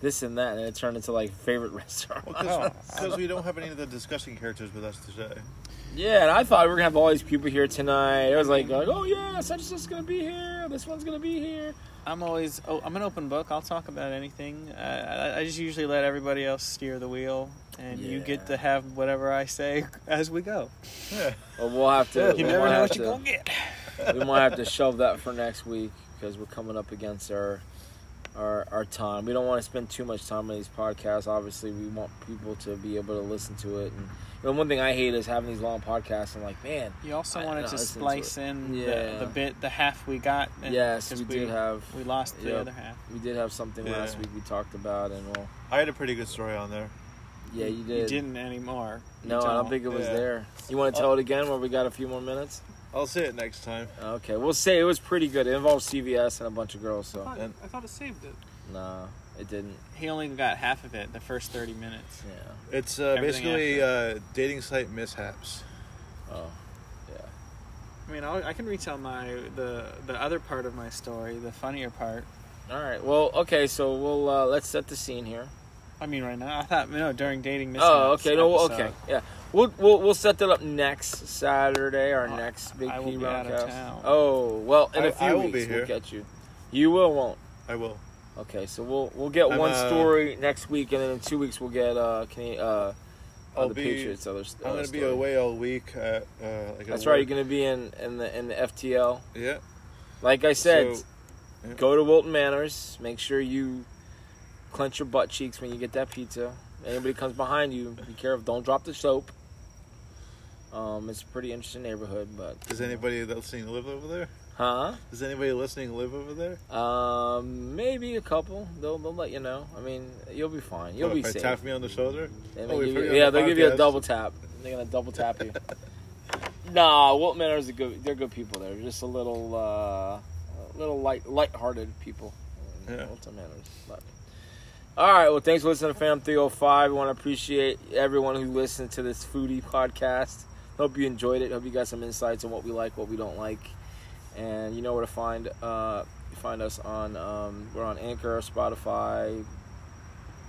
Speaker 2: this and that, and it turned into like favorite restaurant.
Speaker 4: Because we don't have any of the disgusting characters with us today.
Speaker 2: yeah, and I thought we were gonna have all these people here tonight. I was like, like oh yeah, such and such gonna be here. This one's gonna be here.
Speaker 3: I'm always oh, I'm an open book. I'll talk about anything. Uh, I, I just usually let everybody else steer the wheel, and you
Speaker 2: Yeah.
Speaker 3: get to have whatever I say as we go.
Speaker 2: Well, we'll have to. we
Speaker 3: You
Speaker 2: might
Speaker 3: never know
Speaker 2: have
Speaker 3: what you're
Speaker 2: to-
Speaker 3: gonna get.
Speaker 2: we might have to shove that for next week because we're coming up against our our our time. We don't want to spend too much time on these podcasts. Obviously, we want people to be able to listen to it. And you know, one thing I hate is having these long podcasts. and like, man,
Speaker 3: You also
Speaker 2: I-
Speaker 3: wanted
Speaker 2: no,
Speaker 3: to
Speaker 2: listen to
Speaker 3: splice in
Speaker 2: Yeah.
Speaker 3: the, the bit, the half we got. and-
Speaker 2: yes,
Speaker 3: 'cause
Speaker 2: we, did have
Speaker 3: we lost the
Speaker 2: Yep.
Speaker 3: other half.
Speaker 2: we did have something
Speaker 4: Yeah.
Speaker 2: last week we talked about, and well,
Speaker 4: I had a pretty good story on there.
Speaker 2: yeah, you did.
Speaker 3: You didn't anymore. You
Speaker 2: No, I don't think it was
Speaker 4: Yeah.
Speaker 2: there. You want to tell it again while we got a few more minutes?
Speaker 4: I'll say it next time.
Speaker 2: Okay, we'll say it was pretty good. It involved CVS and a bunch of girls, so
Speaker 5: I,
Speaker 4: And-
Speaker 5: I thought it saved it.
Speaker 2: No, it didn't.
Speaker 3: He only got half of it, the first 30 minutes.
Speaker 2: Yeah.
Speaker 4: It's uh,
Speaker 3: Everything
Speaker 4: basically uh, dating site mishaps.
Speaker 2: Oh.
Speaker 3: I mean, I'll, I can retell my the the other part of my story, the funnier part.
Speaker 2: All right. Well, okay. So we'll uh, let's set the scene here.
Speaker 3: I mean, right now I thought no during dating. Mishaps
Speaker 2: oh, okay. No, well,
Speaker 3: episode,
Speaker 2: okay. Yeah. We'll, we'll we'll set that up next Saturday. Our
Speaker 3: Oh,
Speaker 2: next Big
Speaker 3: I will
Speaker 2: P
Speaker 3: be out of
Speaker 2: roundcast.
Speaker 3: town.
Speaker 2: Oh well, in a
Speaker 4: I-
Speaker 2: few
Speaker 4: I will
Speaker 2: weeks
Speaker 4: be
Speaker 2: we'll
Speaker 4: here.
Speaker 2: get you. You will won't.
Speaker 4: I
Speaker 2: Oh,
Speaker 4: will.
Speaker 2: Okay. So we'll we'll get
Speaker 4: I'm,
Speaker 2: one
Speaker 4: uh,
Speaker 2: story next week, and then in two weeks we'll get uh Can, uh, uh
Speaker 4: I'll
Speaker 2: the
Speaker 4: be-
Speaker 2: Patriots other.
Speaker 4: I'm
Speaker 2: other
Speaker 4: gonna be
Speaker 2: story.
Speaker 4: away all week. At, uh, like a
Speaker 2: That's right. You're
Speaker 4: work-
Speaker 2: gonna be in in the in the FTL.
Speaker 4: Yeah.
Speaker 2: Like I said,
Speaker 4: So- yeah.
Speaker 2: go to Wilton Manors. Make sure you clench your butt cheeks when you get that pizza. Anybody comes behind you, be careful. Don't drop the soap. Um, it's a pretty interesting neighborhood, but
Speaker 4: Does anybody that's listening live over there?
Speaker 2: Huh?
Speaker 4: Does anybody listening live over there?
Speaker 2: Um, maybe a couple. They'll they'll let you know. I mean, you'll be fine. You'll
Speaker 4: oh,
Speaker 2: be
Speaker 4: if
Speaker 2: safe.
Speaker 4: I tap me on the shoulder.
Speaker 2: They
Speaker 4: Oh,
Speaker 2: may
Speaker 4: we
Speaker 2: give you-
Speaker 4: forgot
Speaker 2: yeah,
Speaker 4: the
Speaker 2: they'll give you a
Speaker 4: podcast.
Speaker 2: double tap. They're gonna double tap you. nah, Wilton Manor's a good. They're good people. They're just a little, uh, a little light, light-hearted people. in
Speaker 4: Yeah.
Speaker 2: Wilton Manor's. But- All right. Well, thanks for listening to Fam 305. We want to appreciate everyone who listened to this foodie podcast. Hope you enjoyed it. Hope you got some insights on what we like, what we don't like, and you know where to find. Uh, find us on. Um, we're on Anchor, Spotify,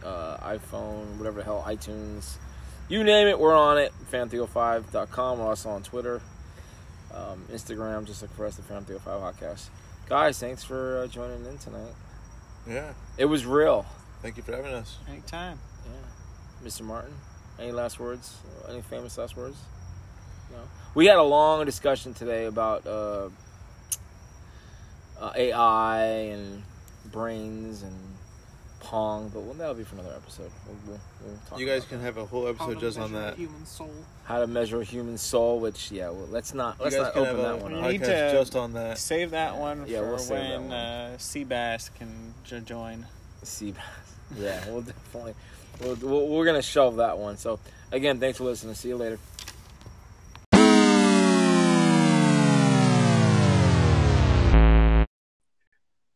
Speaker 2: uh, iPhone, whatever the hell, iTunes. You name it, we're on it. Fan305.com. We're also on Twitter, um, Instagram. Just look for us, the Fan305 Podcast. Guys, thanks for uh, joining in tonight.
Speaker 4: Yeah.
Speaker 2: It was real.
Speaker 4: Thank you for having us.
Speaker 3: Anytime.
Speaker 2: Yeah. Mr. Martin, any last words? Any famous last words? No. We had a long discussion today about uh, uh, AI and brains and Pong, but well, that'll be for another episode. We'll, we'll, we'll talk
Speaker 4: You guys
Speaker 2: about
Speaker 4: can have a whole episode
Speaker 5: How to
Speaker 4: just on
Speaker 5: measure the
Speaker 4: that.
Speaker 5: Human soul.
Speaker 2: how to measure a human soul, which yeah, well, let's not let's
Speaker 4: you guys
Speaker 2: not
Speaker 4: can
Speaker 2: open that
Speaker 4: have a
Speaker 2: one
Speaker 3: We
Speaker 2: up.
Speaker 4: podcast
Speaker 3: need to-
Speaker 4: just on that.
Speaker 3: Save that one
Speaker 2: Yeah,
Speaker 3: for
Speaker 2: we'll save that
Speaker 3: when
Speaker 2: one.
Speaker 3: uh, Seabass can j- join.
Speaker 2: Sea bass. Yeah, we'll definitely we'll, we'll, we're gonna shelve that one. So again, thanks for listening. See you later.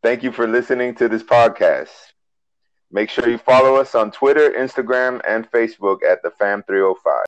Speaker 6: Thank you for listening to this podcast. Make sure you follow us on Twitter, Instagram, and Facebook at the Fam 305.